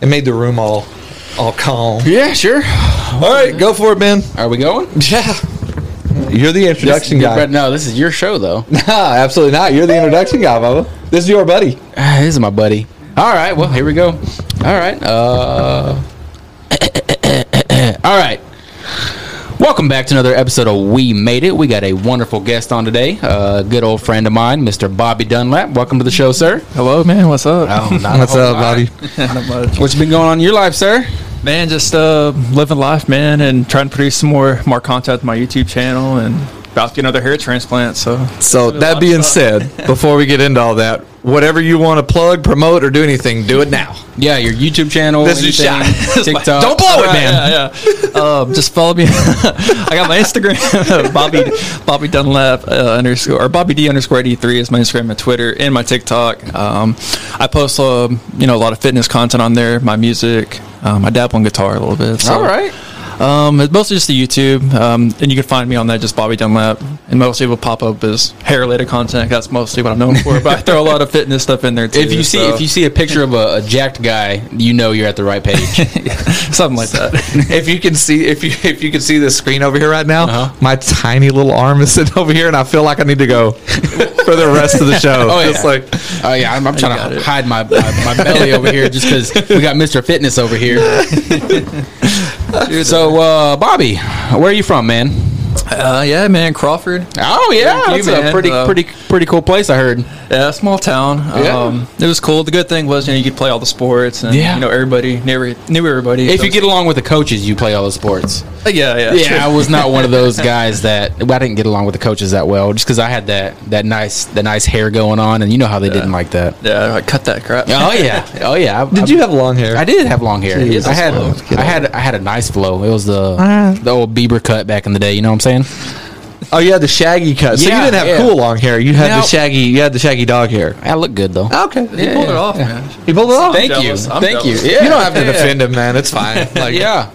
It made the room all all calm. Yeah, sure. All right, go for it, Ben. Are we going? Yeah. You're the introduction This- guy. but no, this is your show though. Nah, absolutely not. You're the introduction guy, Bubba. This is your buddy. Ah, this is my buddy. All right, well here we go. All right. Uh, all right. Welcome back to another episode of We Made It. We got a wonderful guest on today, a good old friend of mine, Mr. Bobby Dunlap. Welcome to the show, sir. Hello, man. What's up? What's up, Oh, Bobby? Not much. What's been going on in your life, sir? Man, just uh, living life, man, and trying to produce some more more content to my YouTube channel, and about to get another hair transplant. So, So that being said, before we get into all that, whatever you want to plug, promote, or do anything, do it now. Yeah, your YouTube channel, This is your anything, shot. TikTok. Don't blow it, Right, man. Yeah, yeah. um, just follow me. I got my Instagram, Bobby Bobby Dunlap uh, underscore or Bobby D underscore eighty three is my Instagram and Twitter and my TikTok. Um, I post um, you know a lot of fitness content on there, my music. Um, I dabble in guitar a little bit. So. All right. Um, it's mostly just the YouTube, um, and you can find me on that, just Bobby Dunlap. And mostly will pop up as hair related content. That's mostly what I'm known for. But I throw a lot of fitness stuff in there too. If you see so if you see a picture of a, a jacked guy, you know you're at the right page. something like that, If you can see, if you if you can see this screen over here right now, Uh-huh. my tiny little arm is sitting over here, and I feel like I need to go for the rest of the show. Oh, yeah. Just like Oh yeah, I'm, I'm trying got to it. hide my, my, my belly over here just because we got Mr. Fitness over here. so, uh, Bobby, where are you from, man? uh, yeah, man, Crawford. Oh yeah, Thank you, that's a man. pretty Uh, pretty pretty cool place. I heard. Yeah, small town. Yeah. Um, it was cool. The good thing was, you know, you could play all the sports, and Yeah. you know, everybody knew, knew everybody. If So you get along with the coaches, you play all the sports. it's- yeah, yeah, Yeah, I was not one of those guys that well, I didn't get along with the coaches that well, just because I had that that nice that nice hair going on, and you know how they didn't like that. yeah, I cut that crap. Oh yeah, oh yeah. I- I- did you have long hair? I did have long hair. Jeez, I had that's low. Get I had I had a nice flow. It was the Ah. the old Bieber cut back in the day. You know what I'm saying? Oh, you had the shaggy cut. so you Yeah, didn't have yeah. cool long hair. You had No. the shaggy. You had the shaggy dog hair. I look good though. Okay, You pulled it off, man. You pulled it off. Thank jealous. you. I'm Thank jealous. you. Yeah. You don't have to yeah. defend him, man. It's fine. Like, Yeah.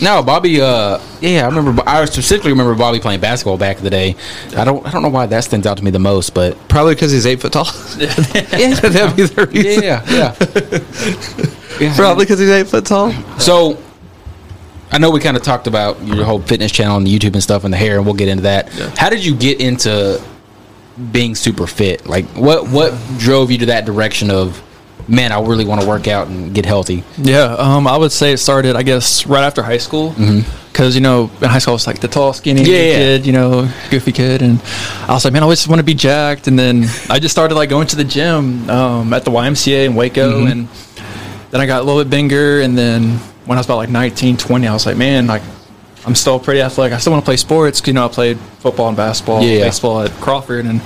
No, Bobby. Uh, yeah, I remember. I specifically remember Bobby playing basketball back in the day. I don't. I don't know why that stands out to me the most, but probably because he's eight foot tall. yeah, That'd be the reason. yeah, yeah. Yeah. Probably because he's eight foot tall. So, I know we kind of talked about your whole fitness channel and YouTube and stuff and the hair, and we'll get into that. How did you get into being super fit? Like, what what drove you to that direction of, man, I really want to work out and get healthy? Yeah, um, I would say it started, I guess, right after high school. Because, you know, in high school, I was like the tall, skinny Mm-hmm. Yeah, yeah. kid, you know, goofy kid. And I was like, man, I always want to be jacked. And then I just started like going to the gym um, at the YMCA in Waco. Mm-hmm. And then I got a little bit bigger. And then when I was about like 19, 20, I was like, man, like, I'm still pretty athletic. I still want to play sports. 'cause, You know, I played football and basketball, Yeah, yeah. baseball at Crawford. And,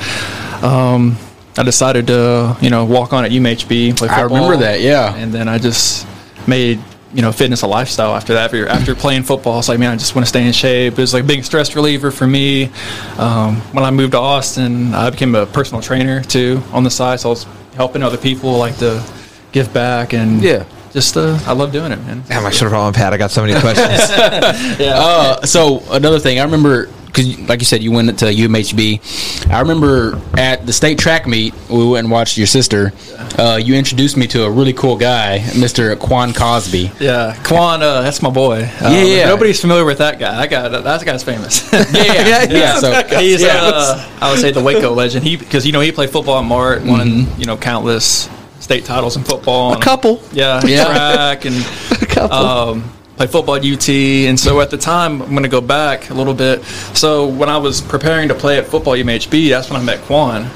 um, I decided to, you know, walk on at UMHB. Play I remember that, yeah. And then I just made, you know, fitness a lifestyle after that. After, after playing football, it's like, man, I just want to stay in shape. It was like a big stress reliever for me. Um, when I moved to Austin, I became a personal trainer too on the side. So I was helping other people, like to give back and Yeah. just uh, I love doing it, man. Damn, I should have on Pat. I got so many questions. Uh, so another thing, I remember because, like you said, you went to UMHB. I remember at the state track meet, we went and watched your sister. Uh, you introduced me to a really cool guy, Mr. Quan Cosby. Yeah, Quan, uh, that's my boy. Um, Yeah, yeah. Nobody's familiar with that guy. That guy, that guy's famous. Yeah, yeah, yeah. so, He's, yeah. uh, I would say, the Waco legend. He because you know he played football at Mart, won Mm-hmm. you know countless state titles in football, a couple. yeah, Yeah. track, and A couple. Uh, um, played football at UT. And so at the time, I'm going to go back a little bit. So when I was preparing to play at football UMHB, that's when I met Quan.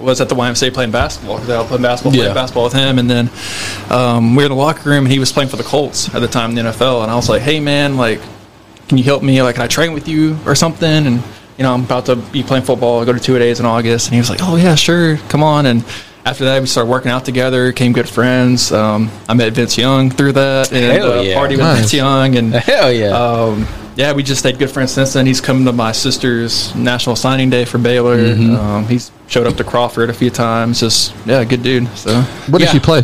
Was at the YMCA playing basketball because I was playing basketball, Yeah. playing basketball with him, and then um, we were in the locker room, and he was playing for the Colts at the time in the NFL, and I was like, "Hey, man, like, can you help me? Like, can I train with you or something? And you know, I'm about to be playing football. I go to two days in August, and he was like, "Oh yeah, sure, come on." And after that, we started working out together, became good friends. Um, I met Vince Young through that, and Hell uh, yeah. party with Nice. Vince Young, and Hell yeah. um, yeah, we just stayed good friends since then. He's come to my sister's national signing day for Baylor. Mm-hmm. Um, he's showed up to Crawford a few times. Just yeah, good dude. So what yeah. did she play?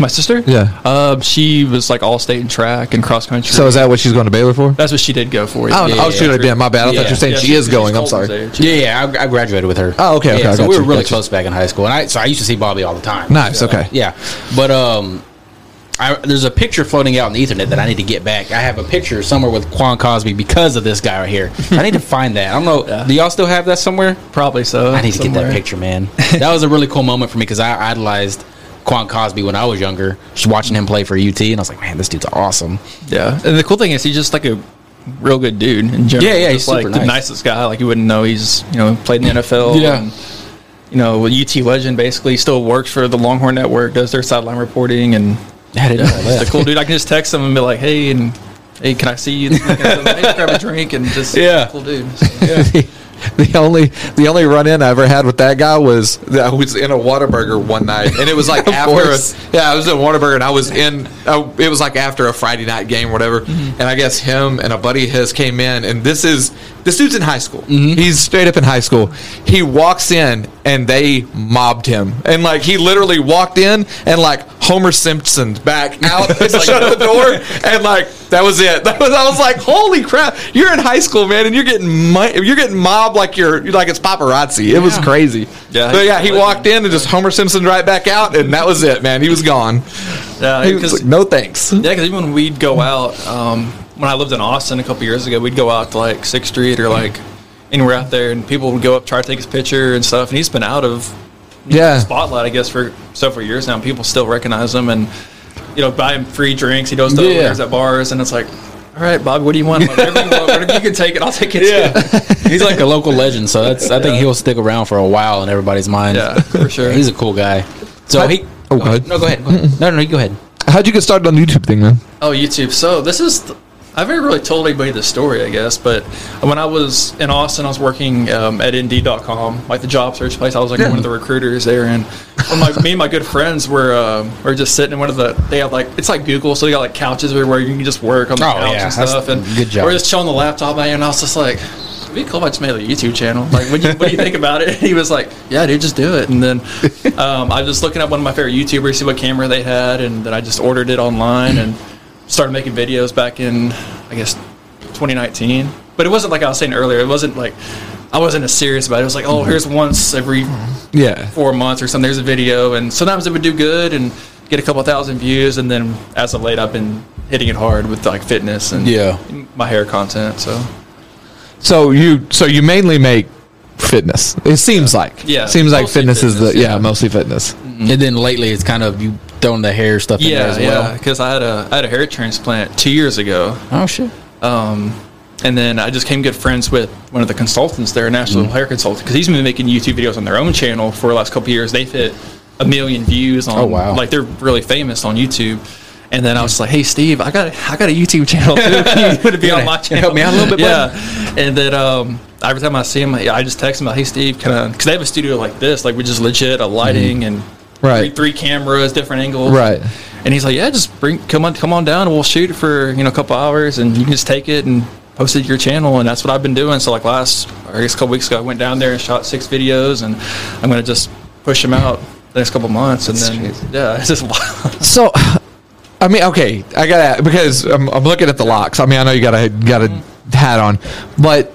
my sister, Yeah. uh, she was like all state in track and cross country. So is that what she's going to Baylor for? that's what she did go for. Oh, yeah. no, oh, shoot, Ben, my bad. I thought you Yeah. were saying Yeah, she she's- is going. she's I'm sorry. Colton's age. Yeah, yeah, I, I graduated with her. Oh, okay, okay, Yeah, I so got we you, were really got you. close back in high school, and I so I used to see Bobby all the time. Nice. Okay. Yeah, but um, I, there's a picture floating out in the Ethernet that I need to get back. I have a picture somewhere with Quan Cosby because of this guy right here. I need to find that. I don't know. Do y'all still have that somewhere? Probably so. I need to get somewhere. that picture, man. that was a really cool moment for me because I idolized Quan Cosby when I was younger, just watching him play for UT, and I was like, man, this dude's awesome. Yeah, and the cool thing is he's just like a real good dude in general. Yeah, yeah, just he's like super the nice. nicest guy. Like you wouldn't know he's you know played in the NFL. Yeah. and, you know, with UT legend basically still works for the Longhorn Network, does their sideline reporting, and I didn't know he's that. a cool dude. I can just text him and be like, hey, and hey, can I see you? Hey, grab a drink and just Yeah. cool dude. So, yeah. the only the only run in I ever had with that guy was that I was in a Whataburger one night, and it was like after a, course. yeah, I was in Whataburger, and I was in I, it was like after a Friday night game, or whatever. And I guess him and a buddy of his came in, and this is this dude's in high school. He's straight up in high school. He walks in, and they mobbed him, and like he literally walked in, and like Homer Simpson back out, and shut the door, and like that was it. That was, I was like, holy crap! You're in high school, man, and you're getting mo- you're getting mobbed like you're like it's paparazzi. It was crazy. Yeah. but yeah, he walked in and just Homer Simpson right back out, and that was it, man. He was gone. Yeah, He was 'cause- like, no thanks. Yeah, because even when we'd go out, um, when I lived in Austin a couple years ago, we'd go out to like Sixth Street or like anywhere out there, and people would go up try to take his picture and stuff. And he's been out of you know, Yeah. the spotlight, I guess, for several years now. And people still recognize him and you know buy him free drinks. He does the Yeah. beers at bars, and it's like, all right, Bob, what do you want? I'm like, Whatever you want, whatever you can take it, I'll take it. too." He's like a local legend, so that's. I think he'll stick around for a while in everybody's mind. Yeah, for sure. He's a cool guy. So he. Oh, go ahead. No, go ahead. Go ahead. No, no, you go ahead. How'd you get started on the YouTube thing, man? Oh, YouTube. So this is. Th- I haven't really told anybody the story, I guess, but when I was in Austin, I was working um, at Indeed.com, like the job search place. I was like one of the recruiters there, and one of my, me and my good friends were um, were just sitting in one of the. They have like it's like Google, so they got like couches everywhere you can just work on the Oh, couch yeah, and that's stuff. And good job. we're just chilling on the laptop, and I was just like, "It'd be cool if I just made a YouTube channel. Like, what do you, what do you think about it?" And he was like, "Yeah, dude, just do it." And then um, I was just looking up one of my favorite YouTubers, see what camera they had, and then I just ordered it online and started making videos back in, I guess, 2019. But it wasn't like I was saying earlier. It wasn't like I wasn't as serious about it. It was like, "Oh, here's once every Yeah, four months or something. There's a video, and sometimes it would do good and get a couple thousand views. And then as of late, I've been hitting it hard with like fitness and Yeah. my hair content. So So you so you mainly make fitness. It seems like Yeah. seems like Mostly fitness, is fitness, the yeah, yeah. Mm-hmm. mostly fitness. Mm-hmm. And then lately, it's kind of you throwing the hair stuff in there yeah, as well. yeah, because I had a I had a hair transplant two years ago, Oh shit. and then I just became good friends with one of the consultants there, a national Mm-hmm. hair consultant, because he's been making YouTube videos on their own channel for the last couple years. They've hit a million views on, Oh, wow. like they're really famous on YouTube. And then I was like, "Hey, Steve, I got I got a YouTube channel too. Can you to be on my Can you channel? help me out a little bit, bud?" yeah." And then um, every time I see him, I I just text him, "Hey, Steve, can I?" Because they have a studio like this, like we just legit a lighting Mm-hmm. and three, Right. three cameras, different angles, Right. and he's like, "Yeah, just bring come on come on down, and we'll shoot it for you know a couple hours, and you can just take it and post it to your channel." And that's what I've been doing. So like last, or I guess a couple weeks ago, I went down there and shot six videos, and I'm gonna just push them out the next couple months, and then yeah, it's just wild. So I mean, okay, I gotta because I'm, I'm looking at the locks. I mean, I know you got a got a Mm-hmm. hat on, but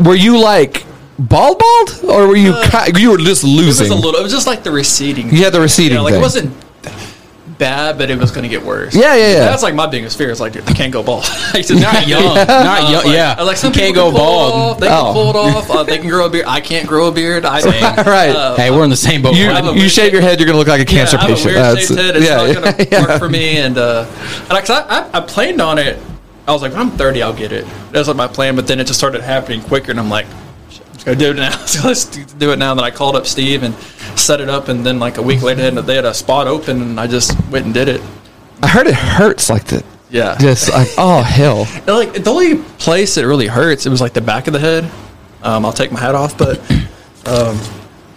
were you like bald bald or were you ki- you were just Uh, it was losing? a little. It was just like the receding. You had the receding You know, like thing. it wasn't bad, but it was gonna get worse. Yeah, yeah, yeah. That's like my biggest fear is like, dude, I can't go bald. I said, not young. Uh, Not young, Like, yeah. I was like, You some can't people go can pull it bald. off, They Oh. can pull it off. Uh, they can grow a beard. I can't grow a beard. I can't. Uh, Right. hey, we're in the same boat. you right? I'm Oh, a you weird shave your shape. head, you're gonna look like a cancer yeah, patient. I'm a weird That's- shaped head. It's yeah, not going to yeah. work for me. And, uh, and like, 'cause I, I, I planned on it. I was like, when I'm 30, I'll get it. That was like my plan. But then it just started happening quicker. And I'm like, "Shit, I'm just going to do it now. so let's do- do it now. And then I called up Steve and set it up. And then like a week later, they had a- they had a spot open. And I just went and did it. I heard it hurts like that. Yeah. Just like oh hell. And, like the only place it really hurts, it was like the back of the head. Um, I'll take my hat off, but um,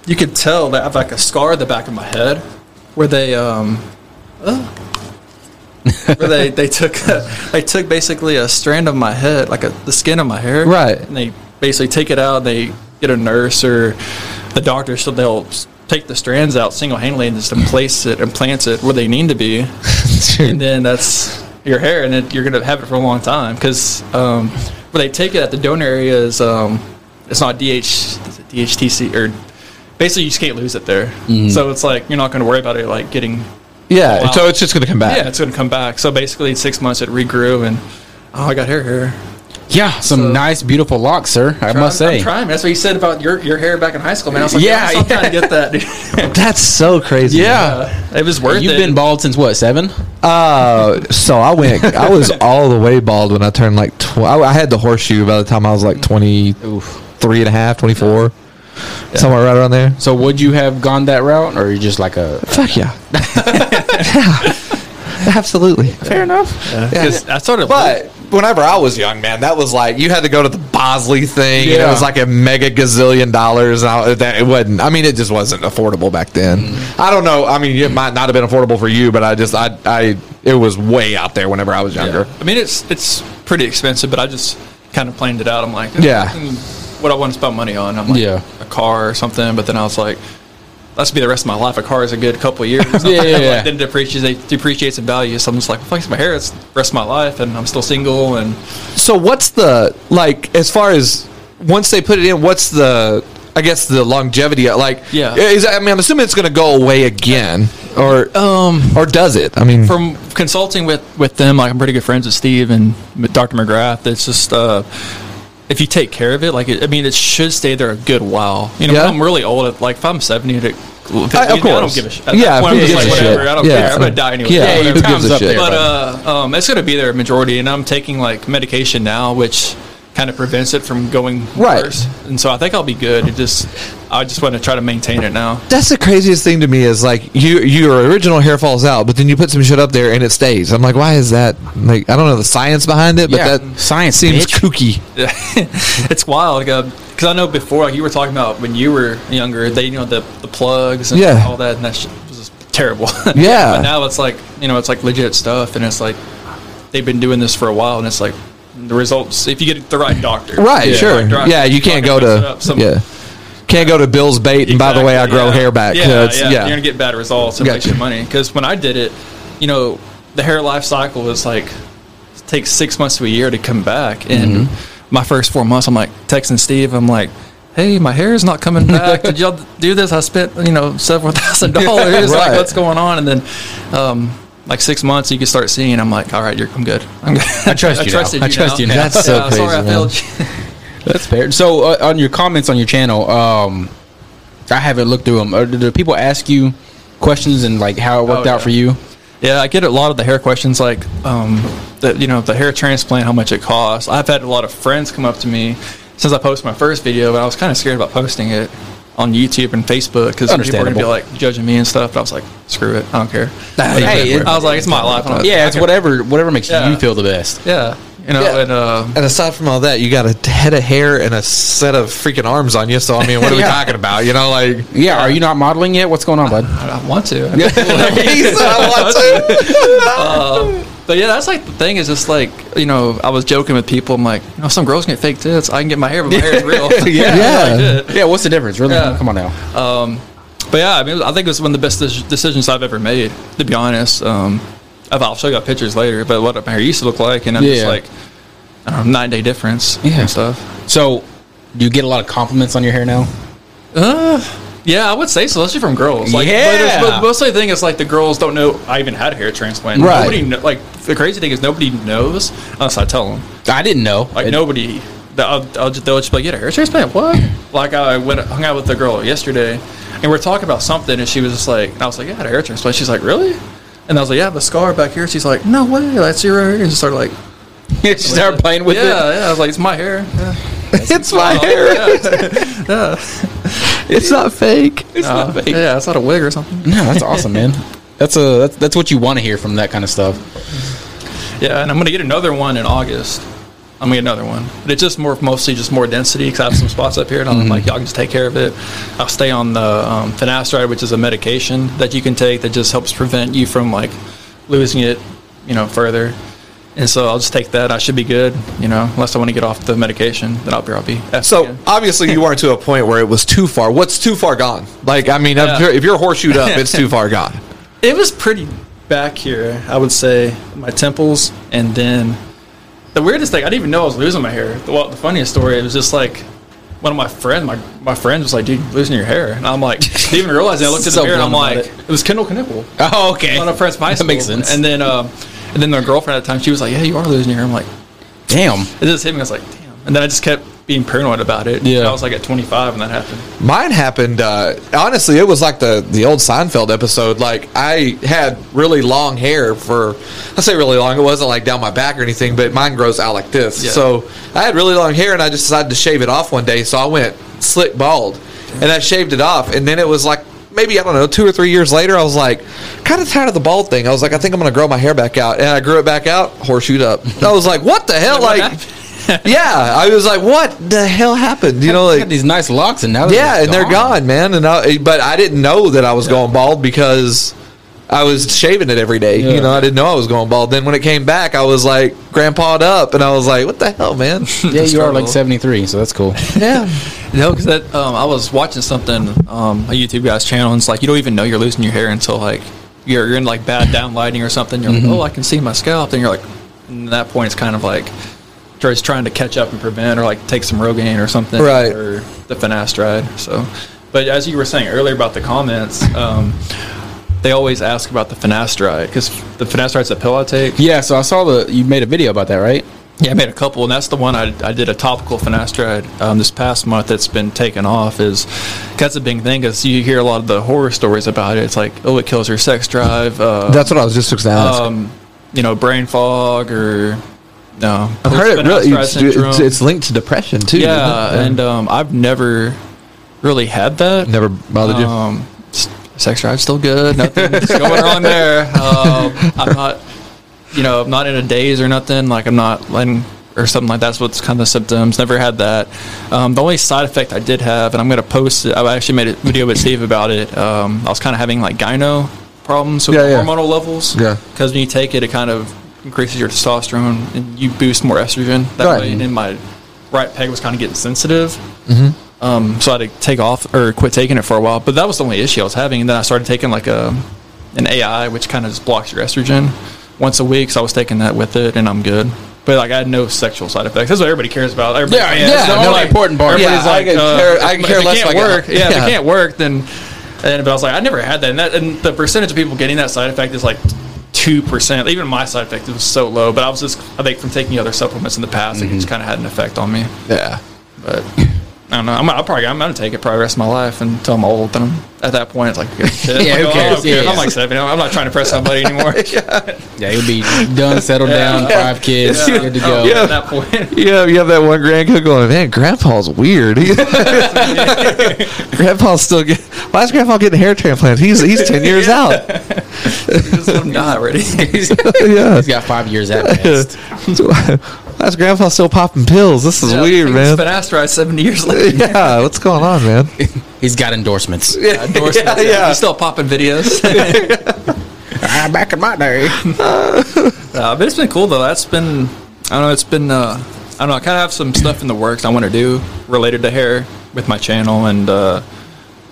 you could tell that I have like a scar at the back of my head where they um, uh, where they they took they took basically a strand of my head, like a, the skin of my hair, Right. And they basically take it out. They get a nurse or the doctor, so they'll s- take the strands out single handedly and just place it and plant it where they need to be and then that's your hair, and then you're gonna have it for a long time because um, where they take it at the donor area is um, it's not DH is it DHTC or basically you just can't lose it there. So it's like you're not gonna worry about it like getting Yeah, Wow. so it's just gonna come back. Yeah, it's going to come back. So basically, in six months it regrew, and oh, I got hair here. Yeah, some nice, beautiful locks, sir. I must I'm, say. I'm trying. That's what you said about your, your hair back in high school, man. I was like, Yeah, yeah, I'm trying to get that. dude. That's so crazy. yeah, it was worth You've it. been bald since what seven? Uh, so I went. I was all the way bald when I turned like. Tw- I, I had the horseshoe by the time I was like 23 and a half, 24, somewhere right around there. So would you have gone that route, or you just like a Fuck yeah. yeah. Absolutely. Fair enough. Because I sort of But whenever I was young, man, that was like you had to go to the Bosley thing. And it Yeah. was like a mega gazillion dollars. And I, that it wasn't. I mean, it just wasn't affordable back then. Mm. I don't know. I mean, it might not have been affordable for you, but I just I I it was way out there whenever I was younger. I mean, it's it's pretty expensive, but I just kind of planned it out. I'm like, Yeah. mm, what I want to spend money on. I'm like, Yeah. a car or something. But then I was like, that's be the rest of my life. A car is a good couple of years. Yeah, yeah, yeah. Like, then it depreciates, depreciates in value. So I'm just like, well, thanks for my hair. It's the rest of my life, and I'm still single. And So what's the like as far as once they put it in? What's the I guess the longevity like Yeah. is I mean I'm assuming it's going to go away again or um, or does it? I mean from consulting with with them, like I'm pretty good friends with Steve and with Dr. McGrath. It's just uh, if you take care of it, like it, I mean, it should stay there a good while. You know, Yeah. when I'm really old. If, like if I'm 70, it, I- of I don't course. give a shit. At Yeah, that point, who I'm gives just like a whatever. shit? I don't Yeah. care. I'm gonna die anyway. Yeah, Whatever. who gives time's a up shit? there. But uh, um, it's going to be their majority, and I'm taking like medication now, which kind of prevents it from going Right. worse. And so I think I'll be good. It just, I just want to try to maintain it now. That's the craziest thing to me is like you your original hair falls out, but then you put some shit up there and it stays. I'm like, why is that? Like, I don't know the science behind it, but Yeah, that science, seems bitch. kooky. it's wild because I know before like you were talking about when you were younger, they you know the the plugs and Yeah. all that, and that shit was just terrible. Yeah. but now it's like you know it's like legit stuff, and it's like they've been doing this for a while, and it's like the results if you get the right doctor, Right, the sure. right doctor, yeah, you doctor can't go picks it up, to some- yeah, can't go to Bill's bait. and by the way, I Exactly, grow yeah. hair back. Yeah, That's- yeah. yeah. you're gonna get bad results and Gotcha. waste your money. Because when I did it, you know, the hair life cycle is like it takes six months to a year to come back. And my first four months, I'm like texting Steve. I'm like. Hey, my hair is not coming back. Did y'all do this? I spent you know several thousand dollars. Like, Right. what's going on? And then, um, like six months, you can start seeing. I'm like, all right, you're, I'm good. I'm good. I trust you now. trusted I trust you now. Yeah, That's so I'm sorry, crazy, I man. failed you. That's fair. So uh, on your comments on your channel, um, I haven't looked through them. Uh, do, do people ask you questions and like how it worked Oh, out yeah. for you? Yeah, I get a lot of the hair questions, like um, the, you know the hair transplant, how much it costs. I've had a lot of friends come up to me since I posted my first video, and I was kind of scared about posting it on YouTube and Facebook because people are gonna be Understandable. like judging me and stuff. But I was like, screw it, I don't care. Hey, it- I was like, it's my life. I don't- yeah, it's whatever whatever makes Uh, Yeah. you feel the best. yeah, you know, Yeah. and uh, And aside from all that, you got a head of hair and a set of freaking arms on you. So I mean, what are we Yeah. talking about? You know, like Yeah, are you not modeling yet? What's going on, bud? I don't want to. he said, I want to. Um, But yeah, that's like the thing is just like you know I was joking with people. I'm like, you know, some girls can get fake tits. I can get my hair, but my hair is real. Yeah. Yeah. Yeah, what's the difference? Really? Yeah. Come on now. But yeah, I mean, I think it was one of the best dec- decisions I've ever made. To be honest, um, I've- I'll show you pictures later, but what my hair used to look like, and I'm just Yeah. like, I don't know, nine day difference Yeah. and stuff. So, do you get a lot of compliments on your hair now? Yeah, I would say so, especially from girls. Like, but, it's- Uh. Yeah. but mostly the thing is like the girls don't know I even had a hair transplant. Right. Nobody kno- like the crazy thing is nobody knows unless I tell them. I didn't know. Like It- nobody, the- I'll, I'll just, they'll just be like, "You had a hair transplant? What?" like I went hung out with a girl yesterday, and we are talking about something, and she was just like, and "I was like, yeah, I had a hair transplant." She's like, "Really?" And I was like, "Yeah, I have a scar back here." She's like, "No way, that's your hair." And she started like, you started playing with yeah, it. yeah." I was like, "It's my hair." Yeah. It's my hair. It's not fake. Uh, yeah, it's not a wig or something. No, that's awesome, man. That's a that's, that's what you want to hear from that kind of stuff. Yeah, and I'm gonna get another one in August. I'm gonna get another one, but it's just more mostly just more density because I have some spots up here, and I'm like, y'all can just take care of it. I'll stay on the um, finasteride, which is a medication that you can take that just helps prevent you from like losing it, you know, further. And so I'll just take that. I should be good, you know, unless I want to get off the medication, then I'll be I'll be. effed So again. obviously, you weren't to a point where it was too far. What's too far gone? Like, I mean, Yeah. if you're- if you're horseshoed up, it's too far gone. It was pretty back here, I would say, my temples, and then the weirdest thing, I didn't even know I was losing my hair. Well, the funniest story, it was just like one of my friends, my, my friend was like, dude, you're losing your hair. And I'm like, didn't even realize it. I looked at the So mirror and I'm blunt like, about it. was Kendall Knippel. Oh, okay. One of friends my That school. makes sense. And then, um, and then their girlfriend at the time, she was like, yeah, you are losing your hair. I'm like, Damn. it just hit me. I was like, damn. And then I just kept being paranoid about it. Yeah. I was like at 25 when that happened. Mine happened. Uh, honestly, it was like the the old Seinfeld episode. Like I had really long hair for, I say really long. It wasn't like down my back or anything, but mine grows out like this. Yeah. So I had really long hair, and I just decided to shave it off one day. So I went slick bald, and I shaved it off. And then it was like maybe I don't know two or three years later. I was like kind of tired of the bald thing. I was like, I think I'm going to grow my hair back out, and I grew it back out, horseshoed up. I was like, what the hell? What Like, yeah, I was like, what the hell happened? You know, They like had these nice locks, and now yeah, and they're gone, man. And I, but I didn't know that I was going bald because I was shaving it every day. Yeah. You know, I didn't know I was going bald. Then when it came back, I was like grandpa'd up, and I was like, "What the hell, man?" Yeah, you are like 73, so that's cool. yeah, No, because that um, I was watching something um, a YouTube guy's channel, and it's like you don't even know you're losing your hair until like you're, you're in like bad down lighting or something. You're like, oh, I can see my scalp, and you're like, and at that point, it's kind of like just trying to catch up and prevent, or like take some Rogaine or something, Right. Or the finasteride. So, but as you were saying earlier about the comments, um, they always ask about the finasteride because the finasteride's a pill I take. Yeah, so I saw the you made a video about that, right? Yeah, I made a couple, and that's the one I, I did a topical finasteride um, this past month that's been taken off. Is 'cause that's a big thing because you hear a lot of the horror stories about it. It's like, oh, it kills your sex drive, uh, That's what I was just going to ask. um, you know, brain fog, or no, I've heard it really. finasteride It's, it's, syndrome. it's linked to depression too. isn't yeah, it? and um, I've never really had that. never bothered you. Um, s- sex drive's still good. Nothing's going on there. Um, I'm not, you know, I'm not in a daze or nothing. Like I'm not letting or something like that's what's kind of the symptoms. Never had that. Um, the only side effect I did have, and I'm gonna post it. I actually made a video with Steve about it. Um, I was kind of having like gyno problems with Yeah, yeah. hormonal levels. Yeah. because when you take it, it kind of increases your testosterone and you boost more estrogen that Right. way. And my right peg was kind of getting sensitive. Um, so I had to take off or quit taking it for a while. But that was the only issue I was having. And then I started taking like a an AI, which kind of just blocks your estrogen once a week. So I was taking that with it, and I'm good. But like I had no sexual side effects. That's what everybody cares about. Everybody, Yeah, yeah, that's the only important part. Everybody's Yeah, I like, could uh, care- I if- could if care it less Can't if I got- work. Yeah, if Yeah. it can't work, then. And but I was like, I never had that. And, that, and the percentage of people getting that side effect is like two percent. Even my side effect was so low. But I was just, I think, from taking other supplements in the past, it just kind of had an effect on me yeah. but I don't know. I'm, I'm probably I'm gonna take it probably the rest of my life until I'm old. Then at that point, it's like who gives a shit? Yeah, I'm who like, oh, I don't cares? Yeah, care. I'm yeah. like seven. I'm not trying to press somebody anymore. Yeah, you'll be done, settled down, five kids, good to go. yeah. At that point, Yeah, you have that one grandkid going, man, grandpa's weird. He- grandpa's still get, why is grandpa getting hair transplants? He's he's ten years out. I'm not ready. He's yeah. got five years at best. why is grandpa still popping pills? This is weird, man. Finasteride seventy years later. Yeah, what's going on, man? He's got endorsements. Endorsements. Yeah, yeah. He's still popping videos. Ah, back in my day. Uh, but it's been cool though. That's been I don't know. It's been uh, I don't know. I kind of have some stuff in the works I want to do related to hair with my channel and uh,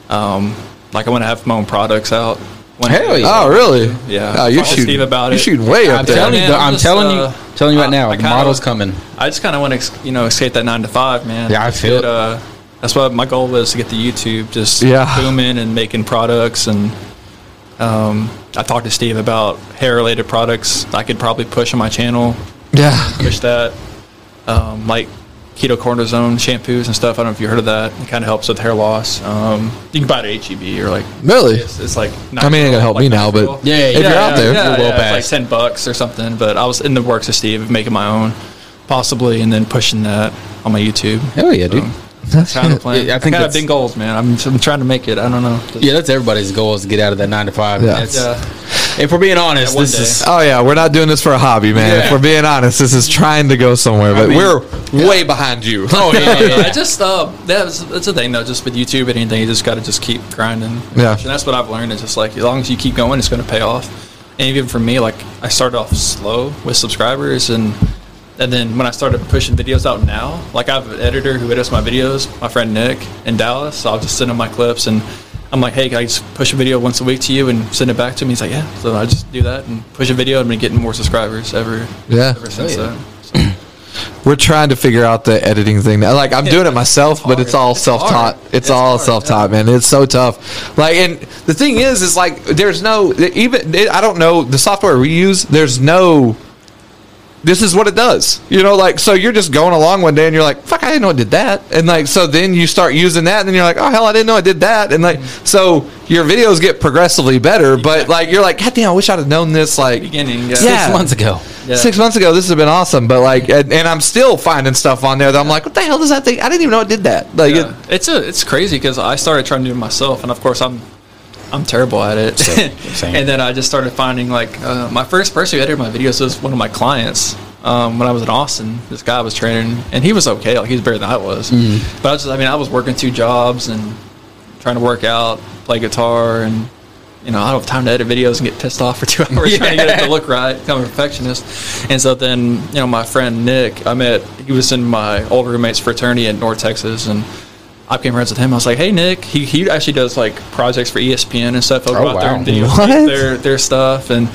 um, like I want to have my own products out. one Hell day. yeah. Oh, really? Yeah. Oh, you're Talk to shooting Steve about You're it. shooting way up I'm there. telling you, man, though, I'm I'm just, telling uh, you, telling you right I- now, I the kinda- model's coming. I just kind of want to, you know, escape that nine to five, man. Yeah, I feel Get, it. Uh, that's why my goal was to get the YouTube just Yeah. booming and making products. And um, I talked to Steve about hair-related products I could probably push on my channel. Yeah. Push that, um, like ketocortisone shampoos and stuff. I don't know if you heard of that. It kind of helps with hair loss. Um, you can buy it at HEB or like Really? it's, it's like I mean, it ain't gonna help me now, but $9. Yeah, yeah, if you're out there, yeah, you're well yeah, it's past. like ten bucks or something. But I was in the works of Steve of making my own, possibly, and then pushing that on my YouTube. Hell yeah, dude. That's kind of plan. Yeah, I I think think I that's- have big goals, man. I'm, I'm trying to make it. I don't know. Yeah, that's everybody's goal is to get out of that nine to five. Yeah. That's- Yeah. If we're being honest, Yeah, one this day. is Oh yeah, we're not doing this for a hobby, man. Yeah. If we're being honest, this is trying to go somewhere, but But we're we're way behind you. oh yeah, yeah, I just uh, that's that's the thing though. Just with YouTube and anything, you just got to just keep grinding. Yeah. and that's what I've learned. Is just like as long as you keep going, it's going to pay off. And even for me, like I started off slow with subscribers, and and then when I started pushing videos out now, like I have an editor who edits my videos, my friend Nick in Dallas. So I'll just send him my clips, and I'm like, hey, can I just push a video once a week to you and send it back to me? He's like, yeah. So I just do that and push a video, and been getting more subscribers ever. Yeah. ever since Oh, yeah. then. We're trying to figure out the editing thing. now. Like I'm doing it myself, but it's all self-taught. It's, all self-taught, man. It's so tough. Like, and the thing is, is like there's no even. I don't know the software we use. There's no. This is what it does, you know. Like, so you're just going along one day, and you're like, "Fuck, I didn't know it did that," and like, so then you start using that, and then you're like, "Oh hell, I didn't know it did that," and like, so your videos get progressively better, but like, you're like, "God damn, I wish I'd have known this." Like, Beginning, yeah. Yeah. Six months ago. Yeah. Six months ago, this has been awesome, but like, and, and I'm still finding stuff on there that I'm like, what the hell does that thing? I didn't even know it did that. Like, Yeah. It's a it's crazy because I started trying to do it myself, and of course I'm I'm terrible at it. Same, same. and then I just started finding like uh, my first person who edited my videos was one of my clients. Um, when I was in Austin, this guy was training, and he was okay. Like he was better than I was. Mm-hmm. But I was just, I mean, I was working two jobs and trying to work out, play guitar, and you know, I don't have time to edit videos and get pissed off for two hours trying to get it to look right. I'm a perfectionist, and so then you know, my friend Nick, I met. He was in my old roommate's fraternity in North Texas, and I became friends with him. I was like, "Hey, Nick." He he actually does like projects for E ESPN and stuff. He'll go Oh, out there wow. and video What? their their stuff, and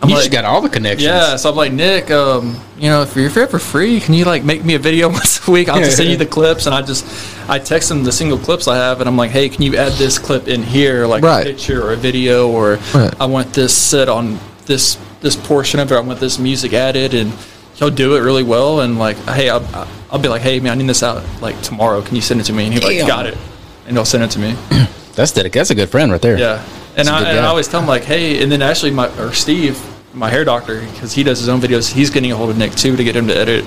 I'm You like, just got all the connections. yeah, so I'm like Nick. Um, you know, if you're, if you're ever free, can you like make me a video once a week? I'll just send you the clips, and I just I text him the single clips I have, and I'm like, hey, can you add this clip in here, like Right. a picture or a video, or Right. I want this set on this this portion of it. I want this music added, and he'll do it really well. And like, hey, I'll, I'll be like, hey, man, I need this out like tomorrow. Can you send it to me? And he's like, Damn. got it, and he'll send it to me. That's dedic- That's a good friend right there. Yeah, and It's a I, good and I guy. always tell him like, hey, and then actually my or Steve, my hair doctor, because he does his own videos, he's getting a hold of Nick too to get him to edit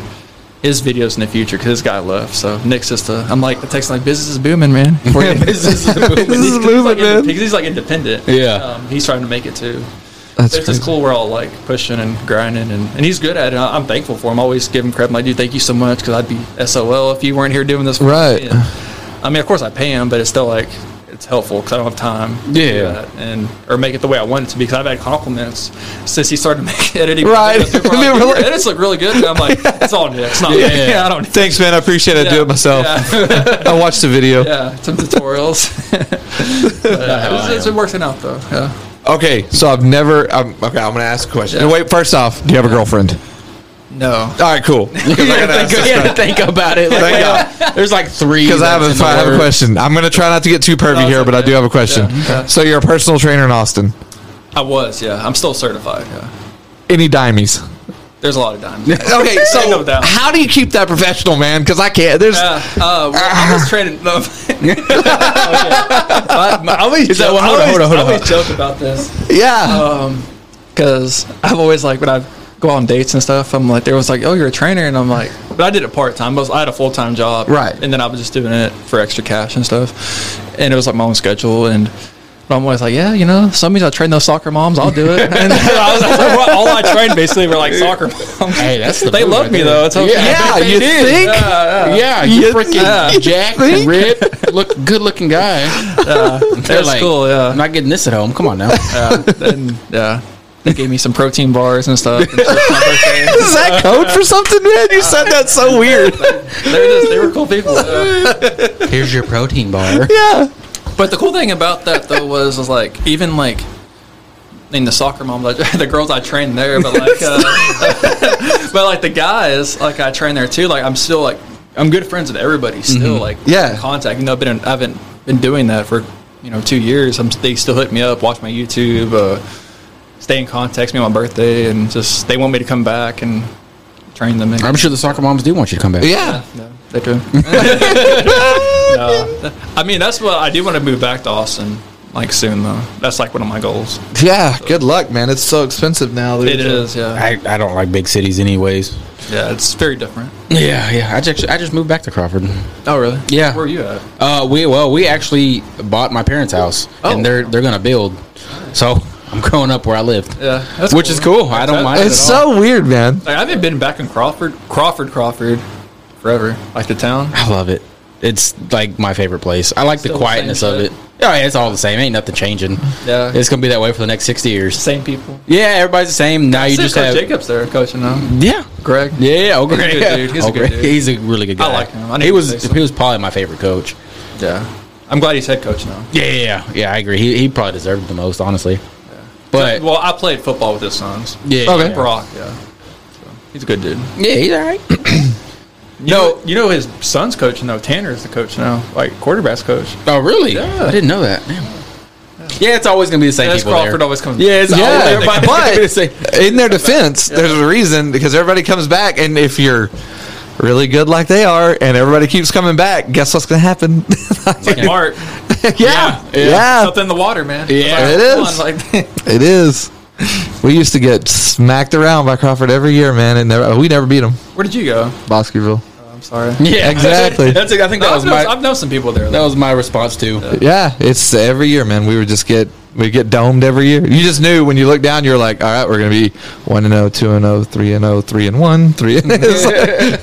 his videos in the future because this guy left. So Nick's just a, I'm like, the text like business is booming, man. Yeah, business is booming. Because he's, like, booming, man. inde- 'cause he's like independent. Yeah. um, he's trying to make it too. That's But it's just cool. We're all like pushing and grinding, and, and he's good at it. I- I'm thankful for him. I always give him credit. I'm like, dude, thank you so much because I'd be SOL if you weren't here doing this. for me." Right. And, I mean, of course I pay him, but it's still like it's helpful because I don't have time. to do Yeah. that and or make it the way I want it to be because I've had compliments since he started making editing. Right. videos. People are They Like, were "Your like- edits look really good. And I'm like, it's all Nick. It's not me. Yeah. I don't. thanks, man. I appreciate it. I do it myself. Yeah, I watched the video. yeah some tutorials. I but, uh, it's, it's am. been working out though. Yeah. Okay, so I've never. Um, okay, I'm gonna ask a question. Yeah. Wait, first off, do you have a girlfriend? No. All right, cool. Because I gotta ask this You question. gotta think about it. Like, Thank wait, God. uh, There's like three. 'Cause I have, that's in a, the I have a word. question. I'm gonna try not to get too pervy No, it's here, but I okay. do have a question. Yeah, okay. So you're a personal trainer in Austin. I was. Yeah. I'm still certified. Yeah. Any dimies? There's a lot of dimes. Yeah. Okay, No so doubt. how do you keep that professional, man? Because I can't. There's uh, well, I was training. No. okay. I, I always that joke- one- I hold on, hold on, always- hold I on. always joke about this. Oh, yeah. because Um, I've always like when I go on dates and stuff, I'm like there was like, oh, you're a trainer, and I'm like, but I did it part time. I, was- I had a full time job, Right. And then I was just doing it for extra cash and stuff, and it was like my own schedule and. But I'm always like, yeah, you know, some of I train those soccer moms. I'll do it. And I was, I was like, well, all I trained basically were like soccer moms. Hey, that's the they move love right me there. though. It's okay. yeah, you think? yeah, you You freaking think? jack, Think? ripped, look good looking guy. They're like- cool. Yeah. I'm not getting this at home. Come on now. and, yeah. They gave me some protein bars and stuff. And stuff for my birthday. Is that code for something, man? You said that so weird. they were just, they were cool people. yeah. Here's your protein bar. Yeah. But the cool thing about that though was, was like even like in the soccer moms, I, the girls I trained there, but like, uh, but like the guys, like I trained there too. Like I'm still like I'm good friends with everybody still. Like Yeah. in contact. You know, I've been I haven't been doing that for you know two years. I'm, they still hit me up, watch my YouTube, uh, stay in contact, text me on my birthday, and just they want me to come back and train them. And, I'm sure the soccer moms do want you to come back. Yeah. no, they do. no, I mean that's what I do want to move back to Austin like soon though. That's like one of my goals. Yeah. Good luck, man. It's so expensive now. It is, yeah, I, I don't like big cities, anyways. yeah. It's very different. Yeah, yeah. I just I just moved back to Crawford. Oh really? Yeah. Where are you at? Uh, we well we actually bought my parents' house, Oh. and they're they're gonna build. So I'm growing up where I lived, Yeah, that's which is cool. I don't That- mind. it It's at all. so weird, man. Like, I haven't been back in Crawford, Crawford, Crawford, forever. Like the town. I love it. It's like my favorite place. I like Still the the quietness same of shit? it. Oh, yeah, it's all the same. Ain't nothing changing. Yeah. it's gonna be that way for the next sixty years. Same people. Yeah, everybody's the same. Now you See, just Coach have Jacobs there coaching them. yeah. Greg. Yeah, oh He's a Greg. good dude. He's a Oh, good Greg. dude. He's a really good guy. I like him. I need he to was say so. he was probably my favorite coach. Yeah. I'm glad he's head coach now. Yeah, yeah, yeah, yeah. I agree. He, he probably deserved it the most, honestly. But Well, I played football with his sons. yeah, okay. yeah. Brock. Yeah. So, he's a good dude. Yeah, he's all right. You know, you know his son's coach now. Tanner is the coach now, like quarterbacks coach. Oh, really? I didn't know that. Damn. Yeah, it's always gonna be the same Dennis people Crawford there. always comes. Yeah, it's always Yeah, everybody. but in their defense, there's a reason because everybody comes back, and if you're really good like they are, and everybody keeps coming back, guess what's going to happen? like Mark. yeah, yeah, something in the water, man. Yeah, it is. Like, like, it is. We used to get smacked around by Crawford every year, man, and never, we never beat them. where did you go? Bosqueville. Oh, I'm sorry. yeah, Exactly. That's it. I think that No, was I've, known, my I've known some people there. that was my response too. Yeah, it's every year, man. We would just get we get domed every year. You just knew when you look down, you're like, all right, we're gonna be one and 0, 2 and 0, 3 and 0, 3 and one, three. And it's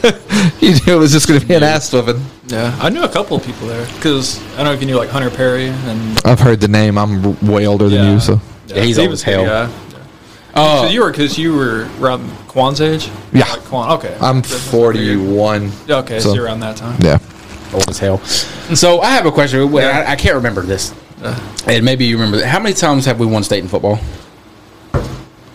like- you knew it was just gonna be an ass whooping. Yeah, I knew a couple of people there because I don't know if you knew like Hunter Perry and I've heard the name. I'm r- way older than you, so Yeah, he's he old was- as hell. Yeah, Oh, so you were because you were around Quan's age. Yeah. like Quan. Okay, I'm That's- that's 41. weird. Okay, so, so- you're around that time. Yeah, old as hell. So I have a question. Wait, I, I can't remember this, and maybe you remember. This. How many times have we won state in football?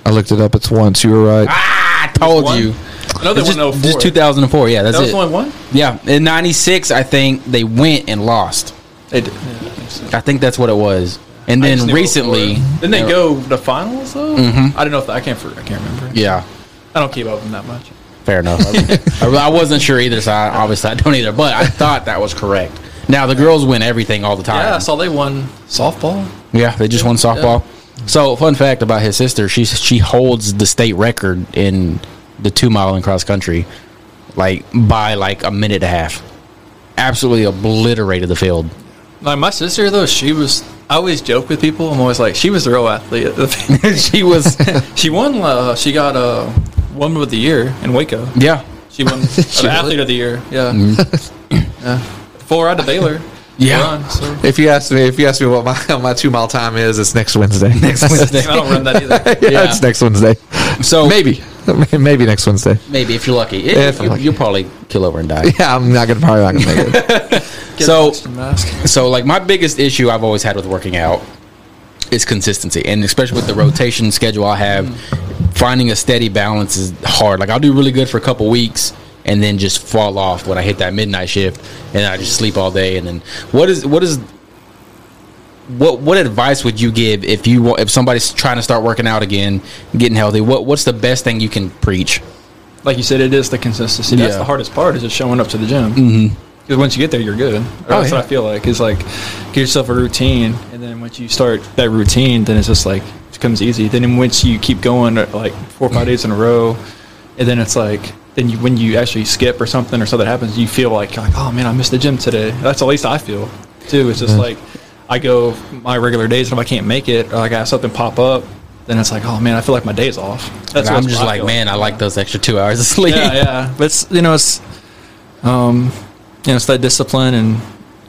I looked it up. It's once. You were right. Ah. I told Ah, One? you. I know they It's won just, 04. just 2004. Yeah, that's That was it. only one. Yeah, in '96, I think they went and lost. They did. I think that's what it was. And then recently, uh, didn't oh they go to finals though? Mm-hmm. I don't know if I can't. for- I can't remember. Yeah, I don't keep up with them that much. fair enough. I, I wasn't sure either, so I, obviously I don't either. But I thought that was correct. Now the girls win everything all the time. Yeah, I saw they won softball. Yeah, they just won softball. So, fun fact about his sister: she she holds the state record in the two mile and cross country, like by like a minute and a half. Absolutely obliterated the field. Like my sister though, she was. I always joke with people. I'm always like, she was the real athlete. she was, she won. Uh, she got a uh, woman of the year in Waco. yeah, She won an athlete of the year. Yeah. yeah. Four out of Baylor. Mm-hmm. Yeah. Run, so. If you ask me, if you ask me what my my two mile time is, it's next Wednesday. Next Wednesday. I don't run that either. yeah, Yeah. it's next Wednesday. So- maybe, maybe next Wednesday. maybe if you're lucky, If I'm you, lucky. will probably kill over and die. Yeah, I'm not gonna probably not gonna make it. So- Extra mask. so, like my biggest issue I've always had with working out is consistency, and especially with the rotation schedule I have, finding a steady balance is hard. Like I'll do really good for a couple weeks, and then just fall off when I hit that midnight shift, and I just sleep all day. And then what is what is what what advice would you give if you wa- if somebody's trying to start working out again, getting healthy? What what's the best thing you can preach? Like you said, it is the consistency. That's Yeah. the hardest part is just showing up to the gym. Mm-hmm. Because once you get there, you're good. Or Oh, that's yeah. what I feel like. Is like get yourself a routine, and then once you start that routine, then it's just like it becomes easy. Then once you keep going uh, like four or five days in a row, and then it's like then you, when you actually skip or something or something happens, you feel like you're like oh man, I missed the gym today. That's at least I feel too. It's just like I go my regular days, and if I can't make it, or like I have something pop up, then it's like oh man, I feel like my day's off. That's And I'm what just I like, feel. man, I like those extra two hours of sleep. Yeah, yeah. But it's you know it's, um, you know it's that discipline and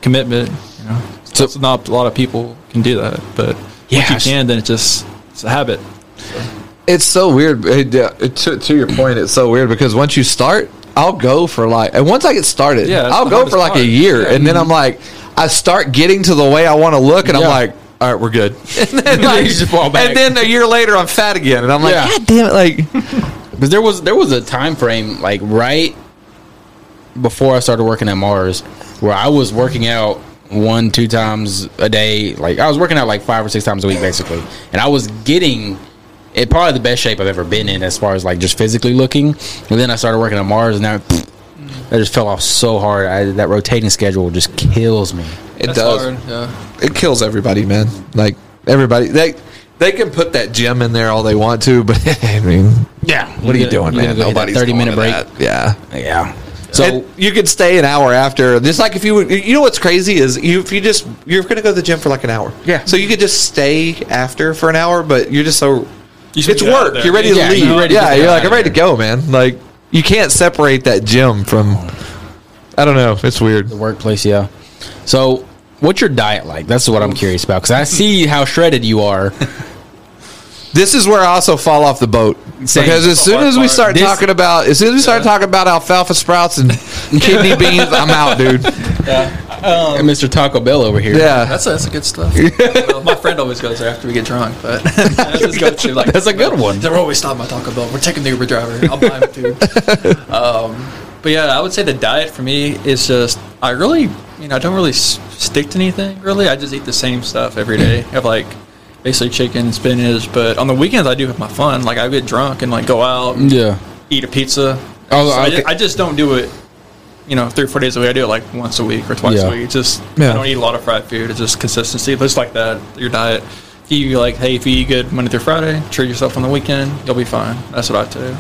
commitment. You know, so it's not a lot of people can do that, but Yeah, if it's- you can, then it's just it's a habit. It's so weird. It, uh, it- to, to your point, it's so weird because once you start, I'll go for like, and once I get started, Yeah, that's I'll the go hardest for like part. a year, Yeah. and then I'm like, I start getting to the way I want to look, and Yeah. I'm like, all right, we're good. And then, You just fall back. and then a year later, I'm fat again, and I'm like, Yeah. God damn it! Like, Because there was there was a time frame like right before I started working at Mars where I was working out one two times a day. Like I was working out like five or six times a week basically, and I was getting it probably the best shape I've ever been in as far as like just physically looking. And then I started working at Mars, and that I just fell off so hard. I, that rotating schedule just kills me. it does. Yeah. It kills everybody, man. Like everybody, they they can put that gym in there all they want to, but I mean, Yeah, what are you doing, man? Nobody's thirty going minute to break. that. Yeah, Yeah. So And you could stay an hour after. Just like if you would, you know what's crazy is you if you just you're going to go to the gym for like an hour. Yeah. So you could just stay after for an hour, but you're just so should it's get out of work. there. You're ready to Yeah, leave. you're ready to yeah, get you're out like I'm of ready to go, man. Like you can't separate that gym from. I don't know. It's weird. workplace yeah so what's your diet like that's what i'm curious about because i see how shredded you are This is where I also fall off the boat Same. because as soon as we start This- talking about as soon as we start talking about alfalfa sprouts and kidney beans, I'm out, dude. And mr taco bell over here Yeah, That's that's good stuff. Well, my friend always goes there after we get drunk, but that's his go-to. Like, That's a good one. They're always stopping by Taco Bell. We're taking the Uber driver. I'll buy him food. um, but But yeah, I would say the diet for me is just I really you know I don't really s- stick to anything really. I just eat the same stuff every day. I have like basically chicken and spinach, but on the weekends I do have my fun. Like I get drunk and like go out, and Yeah. eat a pizza. Oh, So I, ju- I okay. just, don't do it. You know, three or four days a week. I do it like once a week or twice Yeah. a week. It's just Yeah. I don't eat a lot of fried food. It's just consistency. Just like that, your diet. If you like, hey, if you eat good Monday through Friday, treat yourself on the weekend. You'll be fine. That's what I do.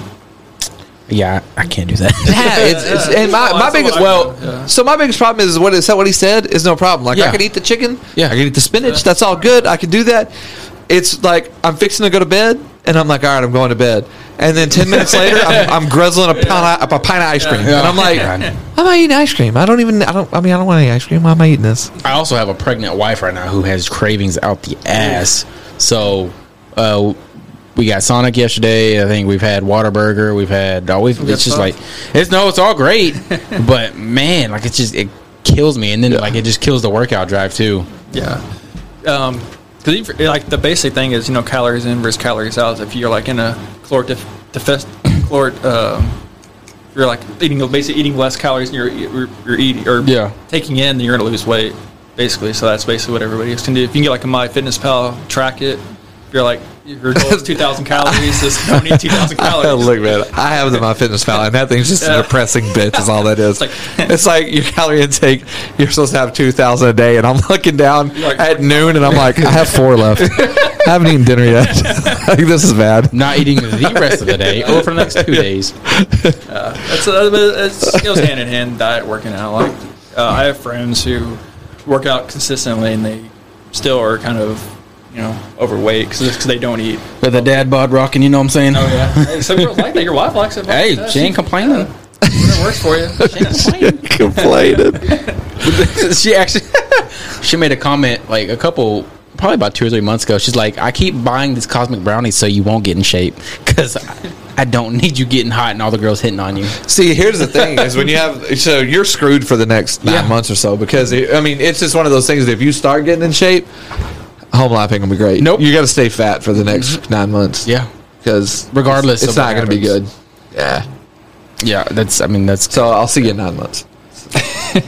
Yeah, I, I can't do that. Yeah, it's, it's, yeah. and my, Well, my that's a biggest lot, well, yeah. so my biggest problem is what is that what he said is no problem. Like Yeah. I can eat the chicken, Yeah. I can eat the spinach. That's all good. I can do that. It's like I'm fixing to go to bed, and I'm like, all right, I'm going to bed. And then ten minutes later, I'm, I'm grizzling a pound of, a pint of ice cream, Yeah. and I'm like, Yeah. why am I eating ice cream? I don't even. I don't. I mean, I don't want any ice cream. Why am I eating this? I also have a pregnant wife right now who has cravings out the ass. So, uh, we got Sonic yesterday. I think we've had Waterburger. We've had oh, we've, it's just stuff. like it's no, it's all great, but man, like it's just it kills me, and then like it just kills the workout drive too. Yeah. Um 'cause because like the basic thing is you know calories in versus calories out. If you're like in a caloric def- defest caloric, um, if you're like eating basically eating less calories than you're you're, you're eating or Yeah. taking in, then you're gonna lose weight. Basically, so that's basically what everybody else can do. If you can get like a MyFitnessPal, track it. If you're like your goal is 2,000 calories, just don't eat 2,000 calories. Look, man, I have the MyFitnessPal, and that thing's just a Yeah. depressing bitch. Is all that is. It's like- It's like your calorie intake. You're supposed to have two thousand a day, and I'm looking down You're like- at noon, and I'm like, I have four left. I haven't eaten dinner yet. like this is bad. Not eating the rest of the day or for the next two days. That's uh, but it's, it goes hand in hand. Diet, working out. Like uh, I have friends who work out consistently and they still are kind of you know overweight because they don't eat. With a dad bod rocking, you know what I'm saying? Oh yeah, Uh, hey, some girls like that. Your wife likes it. Hey, Yeah, she ain't complaining. It works for you. She ain't complaining. Complaining. she actually she made a comment like a couple probably about two or three months ago she's like i keep buying this cosmic brownie so you won't get in shape because I, I don't need you getting hot and all the girls hitting on you See, here's the thing: is when you have so you're screwed for the next nine Yeah. months or so because it, I mean it's just one of those things. That if you start getting in shape, home life ain't gonna be great. Nope. Mm-hmm. you got to stay fat for the next nine months. Yeah. because Regardless it's, of not what gonna be good. happens. Yeah. yeah that's i mean that's So I'll see you in nine months.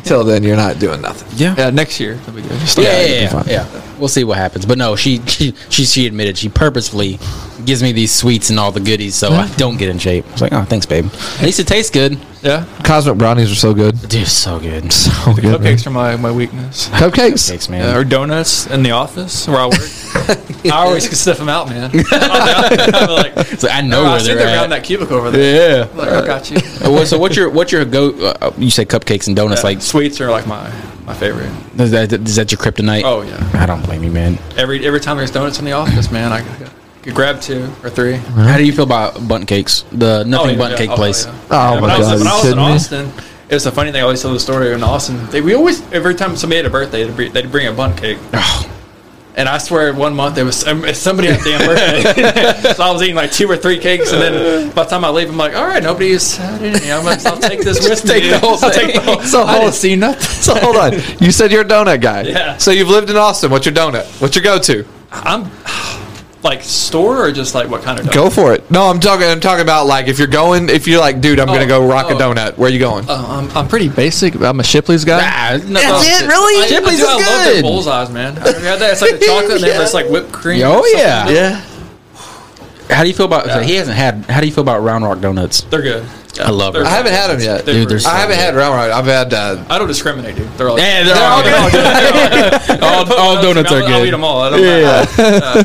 Till then, you're not doing nothing. yeah yeah Yeah, next year that'll be good. it'll yeah, be yeah, fine. yeah. we'll see what happens but no she, she she she admitted she purposefully gives me these sweets and all the goodies so i don't get in shape i was like oh thanks babe at least it tastes good Yeah. Cosmic brownies are so good. dude so good So good. man. Cupcakes are my, my weakness. Cupcakes. thanks Yeah, man or donuts in the office where I work. I always can sniff them out, man. I'm like, so i know oh, I where see they're they're around at that cubicle over there. yeah I'm Like, I got you. Uh, well, so what's your what's your go? Uh, you say cupcakes and donuts. Like Like sweets are like my my favorite. is that, is that your kryptonite? Oh yeah. I don't blame you, man. Every every time there's donuts in the office, man, I could, could grab two or three. How do you feel about bun cakes? The nothing yeah, bun yeah. cake Oh, place. yeah. Oh When my I was, god! when you I was in kidding me? Austin, it was a funny thing. I always tell the story in Austin. They, we always every time somebody had a birthday, they'd, bring- they'd bring a bun cake. And I swear, one month it was some- somebody had a damn birthday. so I was eating like two or three cakes, and then by the time I leave, I'm like, "All right, nobody's had any. I might as well take this with me. take the whole I'll take thing. the whole- So I whole- didn't see nothing. So hold on. You said you're a donut guy. Yeah. So you've lived in Austin. What's your donut? What's your go-to? I'm like store or just like what kind of donut? Go for it. No, I'm talking. I'm talking about like if you're going. If you're like, dude, I'm gonna go rock a oh. donut. Where you going? Uh, I'm, I'm pretty basic. I'm a Shipley's guy. That's it, really? I, Shipley's is I, do, I love their good. bullseyes, man. Have you had that? It's like a chocolate, and then it's like whipped cream. Oh or something. yeah. yeah. How do you feel about? so he hasn't had. How do you feel about Round Rock donuts? they're good. I love They're it. I haven't had them yet. They're Dude, they're great. so I haven't had round rock. I've had. Uh, I don't discriminate, dude. They're all. Yeah, they're, all, good. all, all donuts are I'll, I'll eat good. them all. I don't yeah,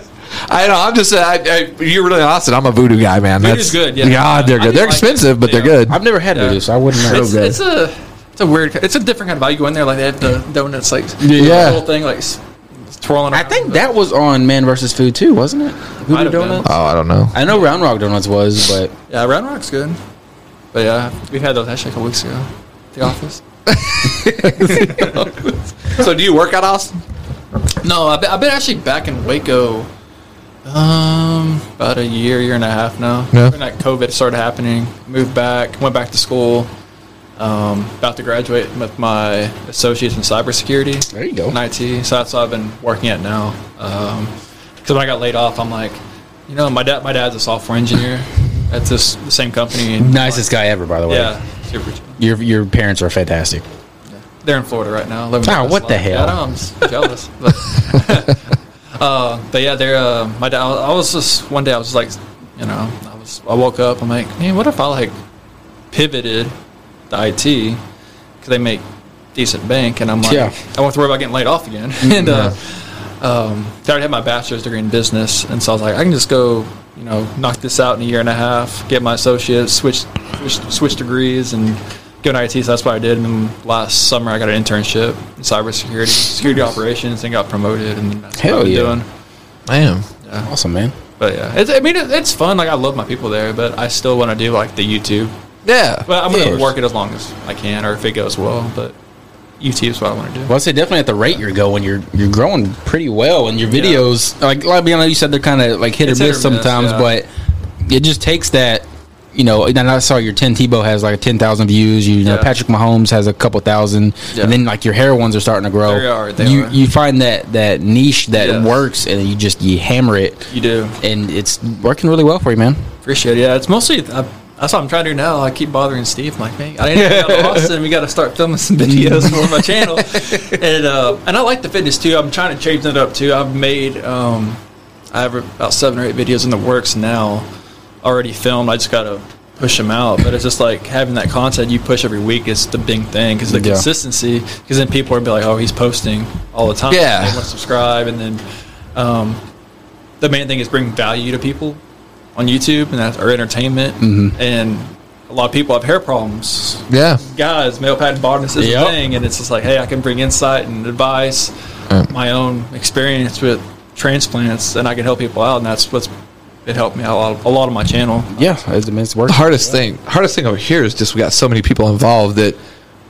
I know. I'm just. Uh, I, I, you're really in Austin. I'm a voodoo guy, man. Voodoo's That's- good, yeah. God, they're I good. do They're like it. expensive, but they're Yeah. good. I've never had Yeah. voodoo, so I wouldn't know. it's, it's a it's a weird. It's a different kind of vibe. You go in there like they have the donuts, like Yeah. the whole thing, like s- twirling. I around. think that was on Man versus Food too, wasn't it? Voodoo have been. donuts. Oh, I don't know. I know Round Rock donuts was, but yeah, Round Rock's good. But yeah, we had those actually a couple weeks ago. at The office. So do you work out, Austin? No, I've been, I've been actually back in Waco, um, about a year, year and a half now. Yeah. When that COVID started happening, moved back, went back to school. Um, about to graduate with my associates in cybersecurity. There you go. In IT, so that's what I've been working at now. Um, Because when I got laid off, I'm like, you know, my dad, my dad's a software engineer at this the same company. And nicest guy ever, by the way. yeah. Super chill. Your your parents are fantastic. They're in Florida right now. living Oh, their what best the life. hell? Yeah, I know, I'm s- jealous. But, uh, but yeah, they're uh, my dad. I was just one day. I was like, you know, I was. I woke up. I'm like, man, what if I like pivoted the IT because they make decent bank, and I'm like, Yeah. Mm-hmm. I won't have to worry about getting laid off again. and uh, um, I already had my bachelor's degree in business, and so I was like, I can just go, you know, knock this out in a year and a half, get my associates, switch switch, switch degrees, and go to IT. So that's what I did. And then last summer, I got an internship in cybersecurity, security operations, and got promoted. And that's Hell what I'm yeah. doing. Damn. Awesome, man. But yeah, it's, I mean, it, it's fun. Like I love my people there, but I still want to do like the YouTube. Yeah. But I'm going Yeah. to work it as long as I can, or if it goes well. But YouTube is what I want to do. Well, I say definitely at the rate you're going, you're you're growing pretty well, and your videos, like like being like you said, they're kind of like hit It's or hit miss or miss, sometimes, yeah. but it just takes that. You know, and I saw your ten Tebow has like ten thousand views. You know, Yeah. Patrick Mahomes has a couple thousand, Yeah. and then like your hair ones are starting to grow. They are, they you are. you find that that niche that Yes. works, and you just you hammer it, You do. and it's working really well for you, man. Appreciate it. Yeah, it's mostly I, that's what I'm trying to do now. I keep bothering Steve. I'm like, man, I didn't get out of Austin. We got to start filming some videos for my channel. And uh, and I like the fitness too. I'm trying to change that up too. I've made um, I have about seven or eight videos in the works now, already filmed. I just got to push them out. But it's just like having that content you push every week is the big thing because the Yeah. consistency. Because then people are be like, oh, he's posting all the time. Yeah. they want to subscribe, and then. Um, the main thing is bring value to people on YouTube and that's or entertainment. And a lot of people have hair problems. Yeah. Guys, male pattern baldness is Yep. a thing, and it's just like, hey, I can bring insight and advice, my own experience with transplants, and I can help people out, and that's what's it helped me out a lot, a lot on my channel. Yeah, it's, it's The working. hardest thing, hardest thing over here is just we got so many people involved that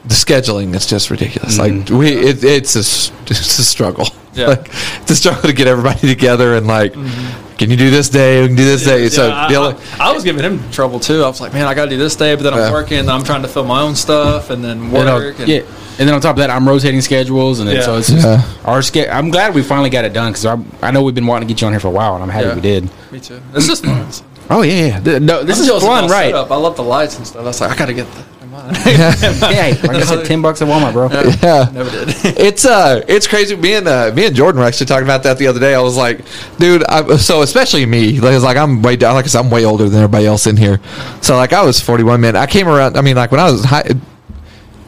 the scheduling is just ridiculous. Like we, it, it's a, s- it's a struggle. Mm-hmm. Yeah. Like it's a struggle to get everybody together and like, can you do this day? We can do this day. so Mm-hmm. Yeah, I, the only- I- I was giving him trouble too. I was like, man, I got to do this day, but then I'm Yeah. working, and I'm trying to film my own stuff, and then And I'll- work. And Yeah, and then on top of that, I'm rotating schedules, and then, so Yeah. it's just Yeah. our schedule. I'm glad we finally got it done because I know we've been wanting to get you on here for a while, and I'm happy Yeah. we did. Me too. It's just fun. Oh yeah, yeah. Th- no, this I'm is jealous of fun, my right? setup. I love the lights and stuff. I was like, I gotta get that. in mine. Hey, like I said, ten bucks at Walmart, bro. yeah. Never did. It's uh, it's crazy. Me and uh, me and Jordan were actually talking about that the other day. I was like, dude, I, so especially me, like, it's like I'm way down, like I said, I'm way older than everybody else in here. So like I was 41, man. I came around. I mean, like when I was high,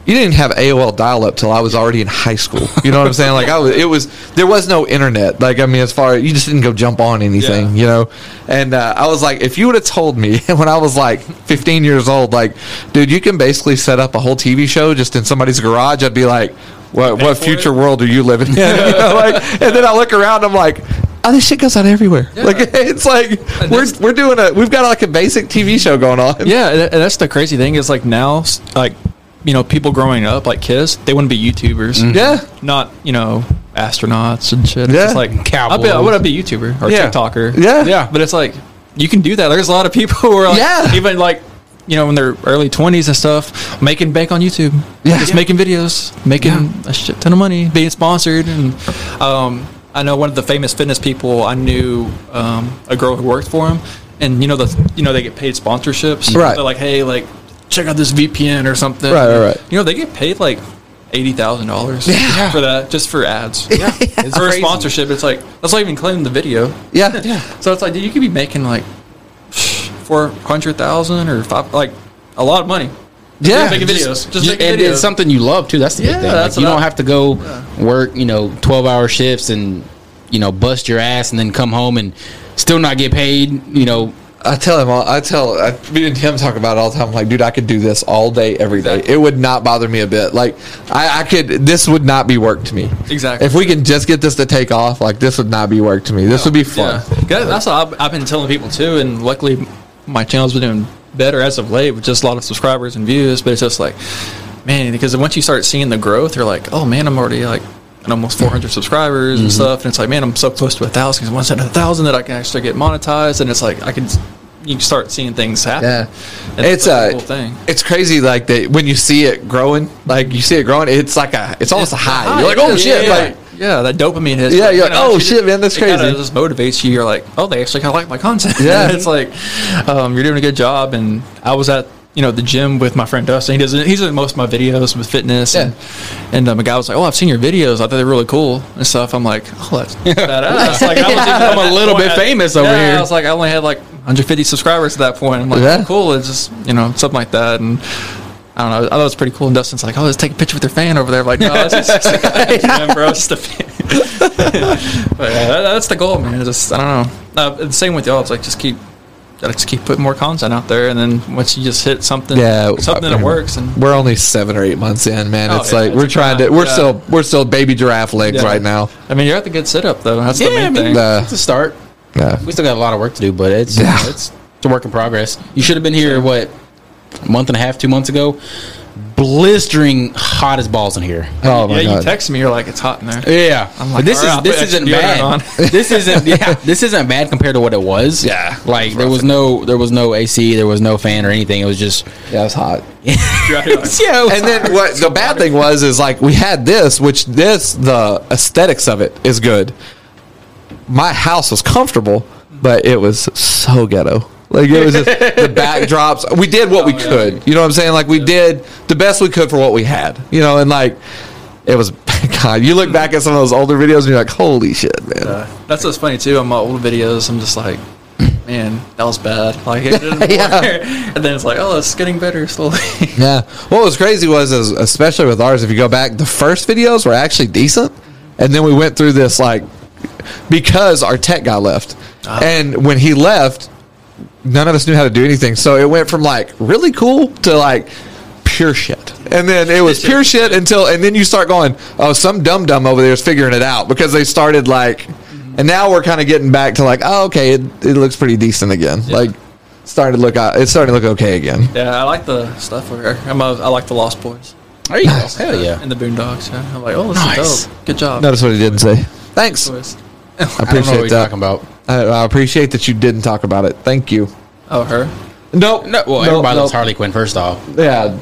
you didn't have AOL dial up till I was already in high school. You know what I'm saying? Like I was, it was there was no internet. Like I mean, as far you just didn't go jump on anything, Yeah. you know. And uh, I was like, if you would have told me when I was like 15 years old, like, dude, you can basically set up a whole TV show just in somebody's garage, I'd be like. What, what for future it? world are you living in? You know, like, and then I look around, I'm like, oh, this shit goes on everywhere. Like, it's like we're, that's- we're doing a we've got like a basic TV show going on. yeah, and that- and that's the crazy thing is like now, s- like you know, people growing up like kids, they want to be YouTubers. Yeah. Not you know astronauts and shit. Yeah. It's just like I'll be, I Cowboys. want to be a YouTuber or Yeah. TikToker. Yeah. yeah. But it's like you can do that. There's a lot of people who are like, Yeah. even like. You know, in their early twenties and stuff, making bank on YouTube, Yeah. just Yeah. making videos, making a shit ton of money, being sponsored, and um, I know one of the famous fitness people I knew, um, a girl who worked for him, and you know the you know they get paid sponsorships, Right. They're like, hey, like check out this VPN or something, Right, right, right. You know they get paid like eighty thousand dollars for that just for ads, yeah, for a crazy. sponsorship. It's like that's not even claiming the video, Yeah. so it's like, dude, you could be making like four hundred thousand or five, like a lot of money. Yeah. making Just- videos, just just- making and videos. it's something you love too. That's the big Yeah, thing. that's Like, you what don't I- have to go work, you know, twelve hour shifts and you know bust your ass and then come home and still not get paid. You know, I tell him, all, I tell, I, me and him talk about it all the time. I'm like, dude, I could do this all day, every day. It would not bother me a bit. Like, I, I could, this would not be work to me. Exactly. If we can just get this to take off, like, this would not be work to me. This would be fun. Yeah. That- That's what I've, I've been telling people too, and luckily my channel's been doing better as of late with just a lot of subscribers and views. But it's just like, man, because once you start seeing the growth, you're like, oh man, I'm already like at almost 400 subscribers and Mm-hmm. stuff, and it's like, man, I'm so close to a thousand. Because once at a thousand, that I can actually get monetized, and it's like I can, you start seeing things happen. Yeah. And It's uh, that's a- the cool thing. It's crazy, like, that when you see it growing, like, you see it growing, it's like a, it's almost a high. You're like, oh, Yeah, shit. yeah, like, yeah. yeah, that dopamine hits. Yeah, you're You like, know, oh, it shit, man, that's it kinda crazy. just motivates you. You're like, oh, they actually kind of like my content. Yeah. it's like um, you're doing a good job. And I was at you know the gym with my friend Dustin. He does he's in most of my videos with fitness. And, and um, a guy was like, "Oh, I've seen your videos. I thought they were really cool and stuff." I'm like, "Oh, that's badass." like, I was even at I'm a that little point- bit famous over yeah, I here. was like, I only had like 150 subscribers at that point. I'm like, Yeah. "Oh, cool. It's just you know something like that and. I don't know. I thought it was pretty cool. And Dustin's like, "Oh, let's take a picture with your fan over there." I'm like, no, it's just, it's just, man, bro, it's just a fan. but yeah, that, that's the goal, man. It's just I don't know. Uh, and same with y'all. It's like just keep, gotta just keep putting more content out there, and then once you just hit something, Yeah, something I- that works, and We're only seven or eight months in, man. Oh, it's yeah, like it's we're a trying to. grind, We're yeah. still we're still baby giraffe legs Yeah. right now. I mean, you're at the good setup though. That's Yeah, the main I mean, thing. Uh, It's a start. Yeah. We still got a lot of work to do, but it's Yeah. it's, it's a work in progress. You should have been here what a month and a half, two months ago. Blistering hot as balls in here. Oh my yeah, god. you text me, you're like, it's hot in there. Yeah, I'm but like, this "All right, is I'll this put isn't extra bad. deodorant this isn't yeah, this isn't bad compared to what it was. Yeah. like there was no there was no AC, there was no fan or anything. It was just yeah, it's hot. yeah. and then what the bad thing was is like we had this, which this the aesthetics of it is good. My house was comfortable, but it was so ghetto. Like it was just the backdrops. We did what we could. You know what I'm saying? Like we did the best we could for what we had. You know, and like it was God, you look back at some of those older videos and you're like, Holy shit, man. Uh, that's what's funny too. On my old videos, I'm just like, man, that was bad. Like, it didn't Yeah. work. and then it's like, oh, it's getting better slowly. Yeah. What was crazy was, is especially with ours, if you go back, the first videos were actually decent, and then we went through this like because our tech guy left, and when he left, none of us knew how to do anything. So it went from like really cool to like pure shit. And then it was pure shit until, and then you start going, oh, some dumb dumb over there is figuring it out because they started like, and now we're kind of getting back to like, oh, okay, it, it looks pretty decent again. Like, started to look, uh, it's starting to look okay again. yeah, I like the stuff over there. I'm a, I like the Lost Boys there you go. Hell yeah. and the Boondocks. Yeah. I'm like, oh, this Nice. is dope. Good job. Notice what he didn't say. Thanks. Boys. I I don't know what appreciate you're that. talking about. I, I appreciate that you didn't talk about it. Thank you. Oh, her. Nope. No, well, everybody loves Harley Quinn. First off, Yeah,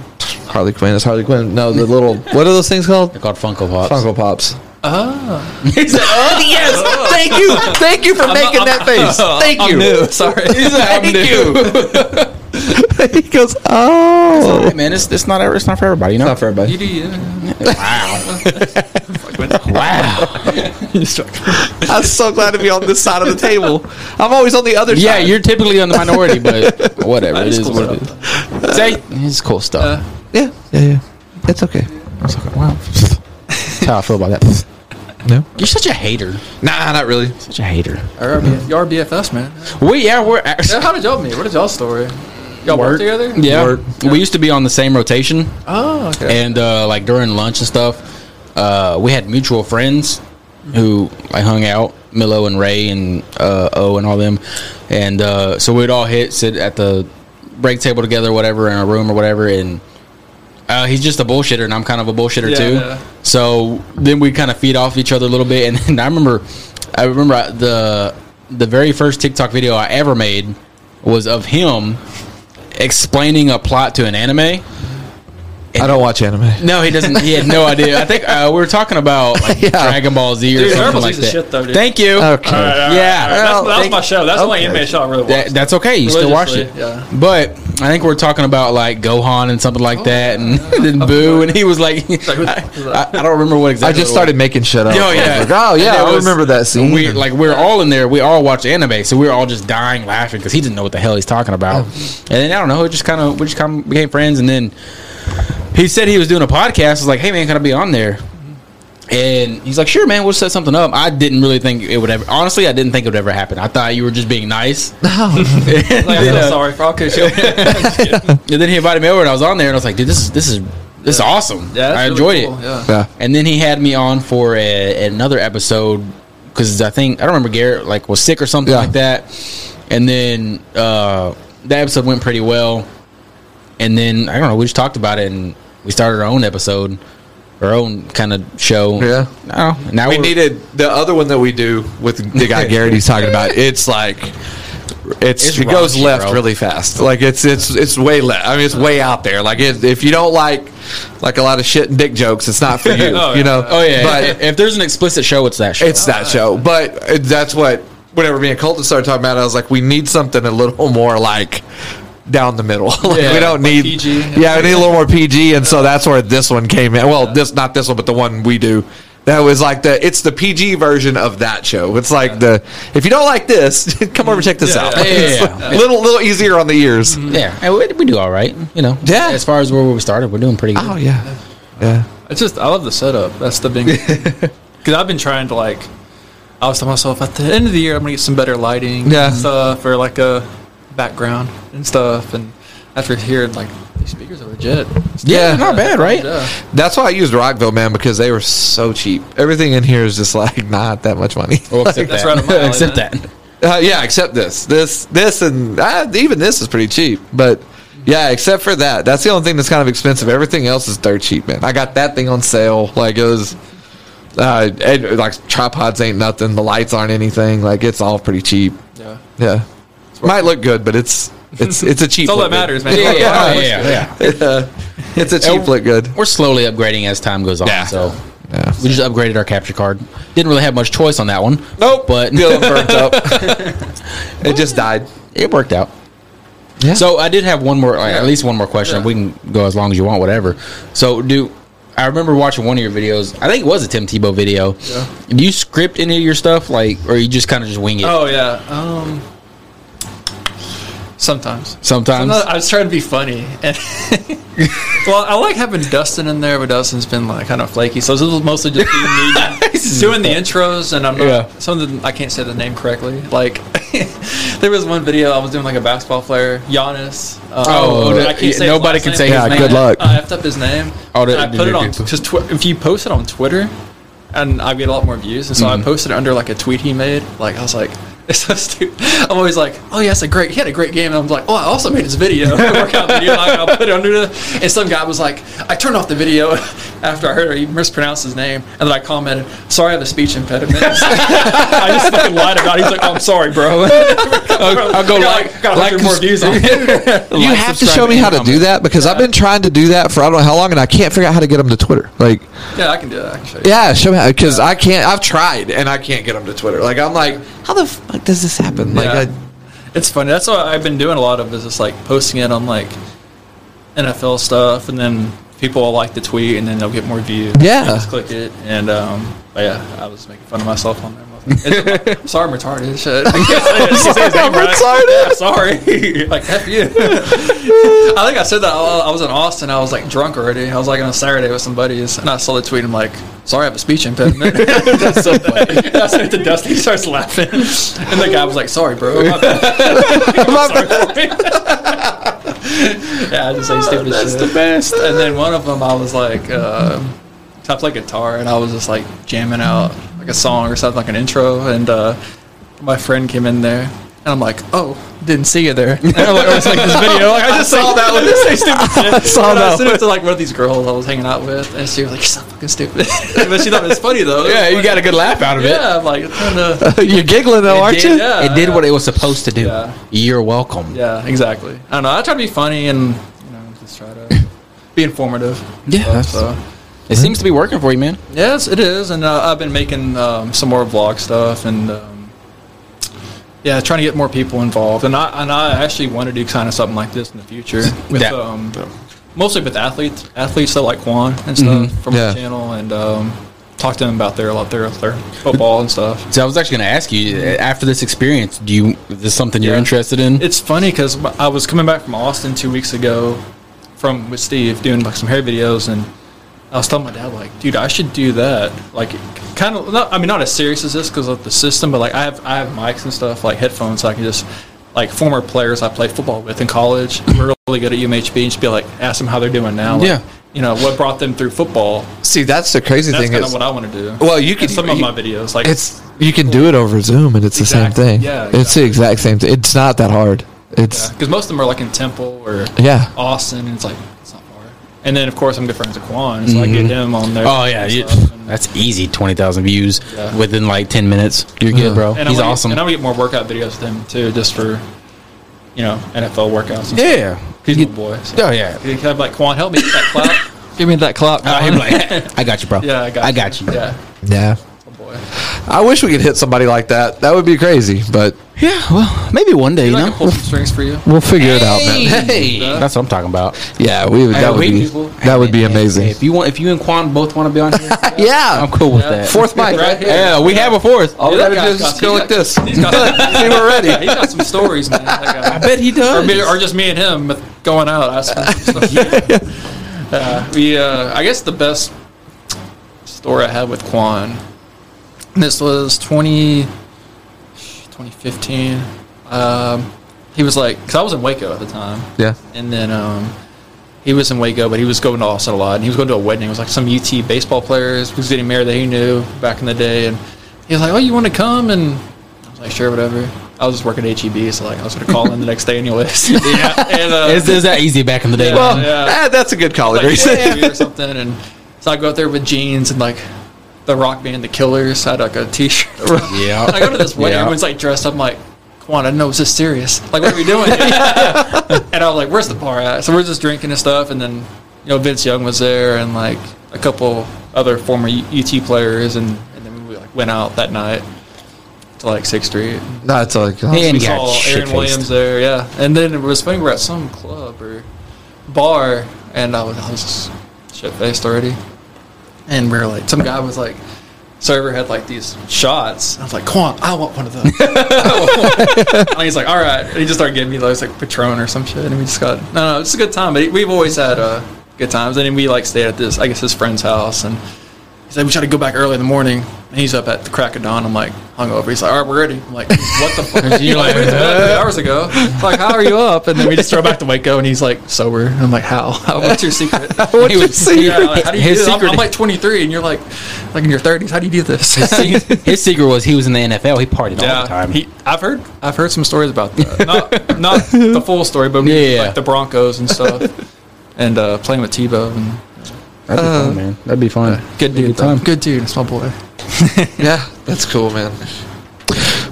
Harley Quinn is Harley Quinn. No, the little what are those things called? they're called Funko Pops. Funko Pops. Ah. Oh, He's like, oh yes, Thank you. Thank you for making that face. Thank I'm you. new. Sorry. Thank you. he goes, oh. Hey, man, it's, it's not it's not for everybody, you know. Not for everybody. you do you. wow, wow. I'm so glad to be on this side of the table. I'm always on the other Yeah, side. you're typically on the minority, but whatever. It That is is cool what it is. Say, it's cool stuff. Uh, Yeah. Yeah. Yeah. It's okay. It's like, wow. That's how I feel about that. No. You're such a hater. Nah, not really. Such a hater. Our RB, your BFFs, man. We yeah we're Yeah, how did y'all meet? What is y'all story? Y'all work, together? yeah Work. we used to be on the same rotation Oh, okay. and uh, like during lunch and stuff uh, we had mutual friends who like hung out Milo and Ray and uh, O and all them and uh, so we'd all hit sit at the break table together whatever in a room or whatever and uh, he's just a bullshitter and I'm kind of a bullshitter Yeah, too yeah. so then we kind of feed off each other a little bit and then I remember I remember I- the the very first TikTok video I ever made was of him explaining a plot to an anime I don't watch anime. no, he doesn't. He had no idea. I think uh, we were talking about like, Yeah. Dragon Ball Z or Dude, Dragon something Ball like Z's that. the shit, though, dude. Thank you. Uh, Okay. Yeah. Well, That, that was thank- my show. That's the only okay. anime show I really watched. That- that's okay. You still watch it. Religiously, yeah. But I think we're talking about like Gohan and something like that, and then Boo, and he was like, I, I- I don't remember what I just exactly. it was. started making shit up. Oh yeah. Like, oh yeah, And it I was- remember that scene. We like we we're all in there. We all watch anime, so we were all just dying laughing because he didn't know what the hell he's talking about. And then I don't know, it just kind of we just kind of became friends. And then he said he was doing a podcast. I was like, hey man, can I be on there? And he's like, sure, man, we'll set something up. I didn't really think it would ever. Honestly, I didn't think it would ever happen. I thought you were just being nice. uh, Like, I'm so sorry for all kids. And then he invited me over, and I was on there, and I was like, dude, this is this is this is awesome. Yeah, that's I enjoyed really cool, it. yeah. yeah. And then he had me on for a, another episode because I think I don't remember Garrett like was sick or something Yeah. like that. And then uh, that episode went pretty well. And then I don't know, we just talked about it and we started our own episode, our own kind of show. Yeah. I don't know. Now We we're- needed the other one that we do with the guy Garrett. He's talking about. It's like it's, It's it goes raunchy, left bro. really fast. Like it's it's it's way left. I mean, it's way out there. Like if if you don't like like a lot of shit and dick jokes, it's not for you. Oh, You yeah. know. Oh yeah. But if, if there's an explicit show, it's that show. It's that show, but it- that's what. Whenever me and Colton started talking about it, I was like, we need something a little more like down the middle. like, Yeah, we don't like need PG. Yeah, we need a little more PG, and so that's where this one came in. Well, this not this one, but the one we do. That was like the it's the PG version of that show. It's like the if you don't like this, come over and check this Yeah, out. yeah, yeah, It's yeah. Mm-hmm. a little little easier on the ears. Yeah, and we, we do all right. You know, Yeah. As far as where we started, we're doing pretty good. Oh yeah, yeah. It's just I love the setup. That's the big because I've been trying to like. I was telling myself at the end of the year I'm gonna get some better lighting Yeah. and stuff or like a background and stuff. And after hearing like these speakers are legit, yeah, Yeah. not bad, right? Yeah. That's why I used Rockville, man, because they were so cheap. Everything in here is just like not that much money. Well, except That's that. right up my alley, except man. that. Uh, yeah, except this, this, this, and uh, even this is pretty cheap. But yeah, except for that, that's the only thing that's kind of expensive. Everything else is dirt cheap, man. I got that thing on sale. Like it was, uh, it, like tripods ain't nothing. The lights aren't anything. Like it's all pretty cheap. yeah, Yeah, might look good, but it's it's it's a cheap. that's all that look good. matters, man. Yeah, yeah, yeah, It's a cheap look good. We're slowly upgrading as time goes on. Yeah. So Yeah. we just upgraded our capture card. Didn't really have much choice on that one. Nope, but Dylan burnt up. it just died. it worked out. Yeah. So I did have one more, like, at least one more question. Yeah. We can go as long as you want, whatever. So do I remember watching one of your videos? I think it was a Tim Tebow video. Yeah. Do you script any of your stuff, like, or you just kind of just wing it? Oh yeah. Um, sometimes. Sometimes. Sometimes I was trying to be funny, and well, I like having Dustin in there, but Dustin's been like kind of flaky, so this is mostly just being me doing the intros, and I'm not, Yeah. some of the, I can't say the name correctly. Like there was one video I was doing like a basketball player, Giannis. Um, Oh, I can't say his nobody last can name, uh, say but his I name. good luck. I effed up his name. Oh, and that- I did put you it on do- because tw- if you post it on Twitter, and I get a lot more views, and so Mm-hmm. I posted it under like a tweet he made. Like I was like, it's so stupid. I'm always like, oh yeah, it's a great. He had a great game, and I'm like, oh, I also made his video, workout video. and I- I'll put it under the. And some guy was like, I turned off the video after I heard he mispronounced his name, and then I commented, sorry, I have a speech impediment. I just fucking lied about. it. He's like, oh, I'm sorry, bro. I'll, go like, got a like- hundred more views. On it. you Like, have to subscribe, show me and how to do comment. that because I've been trying to do that for I don't know how long, and I can't figure out how to get them to Twitter. Like, yeah, I can do that actually. yeah, show me because I can't. I've tried and I can't get them to Twitter. Like, I'm like, how the fuck does this happen? Like, Yeah. I, It's funny. That's what I've been doing a lot of is just like posting it on like NFL stuff, and then people will like the tweet, and then they'll get more views. Yeah. And just click it, and um, but yeah, I was making fun of myself on there. It's- I'm sorry, I'm retarded. and Shit. I can't say it. I can't say his name right. retarded. I'm sorry. like F you. I think I said that I I was in Austin. I was like drunk already. I was like on a Saturday with some buddies, and I saw the tweet. I'm like, sorry, I have a speech impediment. That's so funny. I sent it to Dusty. He starts laughing, and the guy was like, sorry, bro. My bad. yeah, I just say stupid shit. best. And then one of them, I was like, uh, I play guitar, and I was just like jamming out like a song or something, like an intro. And uh, my friend came in there, and I'm like, oh, didn't see you there. And I'm like, I was like this video. Like, I just saw that one. Just say stupid shit. I saw and I that sent it to like one of these girls I was hanging out with, and she was like, you're so fucking stupid. but she thought it was funny though. Yeah, you got a good laugh out of it. Yeah, I'm like, trying to. you're giggling though, aren't you? yeah. it did what it was supposed to do. Yeah. You're welcome. Yeah, exactly. I don't know. I try to be funny and you know just try to be informative. uh, Yeah, that's- so It seems to be working for you, man. yes, it is. And uh, I've been making um, some more vlog stuff and um, yeah, trying to get more people involved. And I and I actually want to do kind of something like this in the future with Yeah. um, mostly with athletes, athletes that like Juan and stuff from Yeah. the channel and. Um, Talk to them about their about their, their football and stuff. So I was actually going to ask you after this experience, do you is this something you're Yeah. interested in? It's funny because I was coming back from Austin two weeks ago, from with Steve doing like some hair videos, and I was telling my dad like, dude, I should do that. Like, kind of. Not, I mean, not as serious as this because of the system, but like I have I have mics and stuff, like headphones, so I can just like former players I played football with in college were really good at UMHB, and just be like, ask them how they're doing now. like, Yeah. You know what brought them through football? See, that's the crazy That's thing kind of is, what I want to do. well, you And can- some of you- my videos like it's you can do it over Zoom, and it's Exactly. the same thing. Yeah, it's the exact same thing. It's not that hard. It's because most of them are like in Temple or Yeah. Austin, and it's like it's not far. And then of course I'm good friends with Quan, so I get him on there. Oh yeah, you, and, that's easy. Twenty thousand views Yeah. within like ten minutes. You're good, bro. and He's I'm gonna- awesome. And I'm gonna get more workout videos with him too, just for you know NFL workouts. And yeah. he's my boy. So. Oh yeah. He kind of like Quan, help me with that clout. Give me that clout. Uh, he'd be like, I got you, bro. yeah, I got. I got you. Yeah, yeah. my boy. I wish we could hit somebody like that. That would be crazy, but Yeah, well, maybe one day, you Like, I know. pull some strings for you. we'll figure it out, man. Hey, that's what I'm talking about. Yeah, we would, that would be that would be amazing. If you want, if you and Quan both want to be on here, Yeah, I'm cool with that. fourth mic. Right here. Yeah, we have a fourth. All we Yeah, gotta do that is guy's just got- go like this. He's got some, See, we're ready. yeah, he's got some stories, man. That guy. bet he or, does. me, or just me and him going out. I suppose. uh, we, uh, I guess the best story I had with Quan. This was 20, 2015. Um, he was like, because I was in Waco at the time, Yeah, and then um, he was in Waco, but he was going to Austin a lot, and he was going to a wedding. It was like some UT baseball players who was getting married that he knew back in the day, and he was like, "Oh, you want to come?" And I was like, "Sure, whatever." I was just working at HEB, so like I was going to call in the next day anyways. yeah, and uh, It's, it's that easy back in the day. Yeah. man. well, eh, that's a good college like reason. or something, and so I go out there with jeans and like the rock band, The Killers. I had like a T-shirt. yeah. And I go to this wedding, Yeah. everyone's like dressed up. I'm like, come on, I know this is serious. Like, what are we doing? And I was like, where's the bar at? So we're just drinking and stuff. And then, you know, Vince Young was there and like a couple other former U- UT players. And, and then we like went out that night to like 6th Street. That's a Yeah. We And got saw Aaron shit-faced. Williams there, yeah. And then it was funny, we're at some club or bar, and I was, I was shit faced already. And we were like, some guy was like, server had like these shots. And I was like, Quan, I want one of those. and he's like, all right. And he just started giving me those like Patron or some shit. And we just got, no, no, it's a good time. But we've always had uh, good times. And then we like stayed at this, I guess, his friend's house. And He's like, we tried to go back early in the morning. And he's up at the crack of dawn. I'm like, hungover. He's like, all right, we're ready. I'm like, what the fuck? You're like, we just met a few hours ago. I'm like, how are you up? And then we just throw back to Waco, and he's like, sober. And I'm like, how? How- What's your secret? What's your Yeah, secret? like, how do you His do this? I'm- secret- I'm, like 23, and you're like, like in your 30s. How do you do this? His secret was he was in the NFL. He partied all the time. He, I've heard, I've heard some stories about that. Not, not the full story, but Yeah. like the Broncos and stuff, and uh, playing with Tebow. And That'd be fun, Oh, man. That'd be fun. good dude, Good good, time. good dude. It's my boy. Yeah, that's cool, man.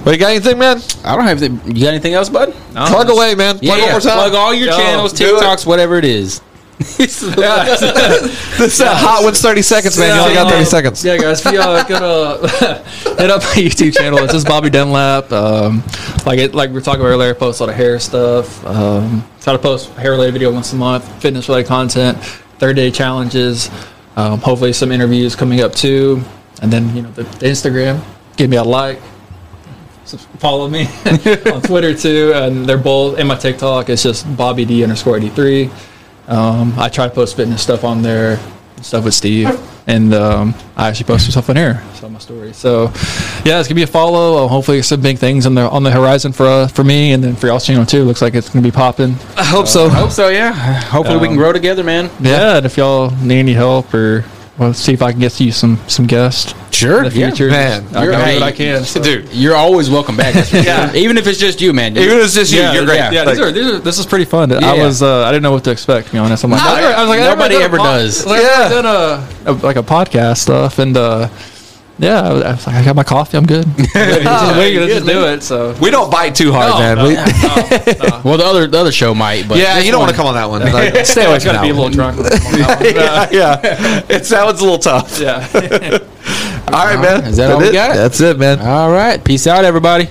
Well, you got anything, man? I don't have. The, you got anything else, bud? Plug away, man. Plug one more time. Plug all your Yo, channels, do it. TikToks, whatever it is. This uh, hot one's thirty seconds, man. You only got thirty seconds. Yeah, guys, if you uh, go to hit up my YouTube channel, it's just Bobby Dunlap. Um, like it, like we were talking about earlier, I post a lot of hair stuff. Um, try to post hair related video once a month, fitness related content, third day challenges. Um, hopefully, some interviews coming up too, and then you know the, the Instagram. Give me a like. subs- Follow me on Twitter too, and they're both. And my TikTok It's just Bobby D underscore eighty three. Um, I try to post fitness stuff on there, stuff with Steve, and um, I actually post some stuff on here, so my story. So, yeah, it's gonna be a follow. Uh, hopefully, some big things on the on the horizon for uh, for me, and then for y'all's channel too. Looks like it's gonna be popping. I hope so. Hope so, yeah. Hopefully, we can grow together, man. Yeah. and if y'all need any help or well, see if I can get you some some guests Sure, in the future. Man, I you're gotta right. do what I can. dude. You're always welcome back. yeah. Even if it's just you, man. Even if it's just you, Yeah, you're great. yeah. Yeah, Like, these are, these are, this is pretty fun. I Yeah. was uh, I didn't know what to expect. To be honest, I'm like, No, I never- I was like I never nobody done a ever pod- does. I was like, I've Yeah. never done a, a- like a podcast stuff, and uh, yeah, I was, I was like, I got my coffee, I'm good. Just waiting to just do it. So we don't bite too hard, man. we, yeah, well, the other the other show might, but you don't want to come on that one. Like, stay away always from that got to be a one. little drunk. on that one. Yeah, yeah. It's that one's a little tough. yeah. All right, man. Uh-huh. Is that all we it? got? That's it, man. All right. Peace out, everybody.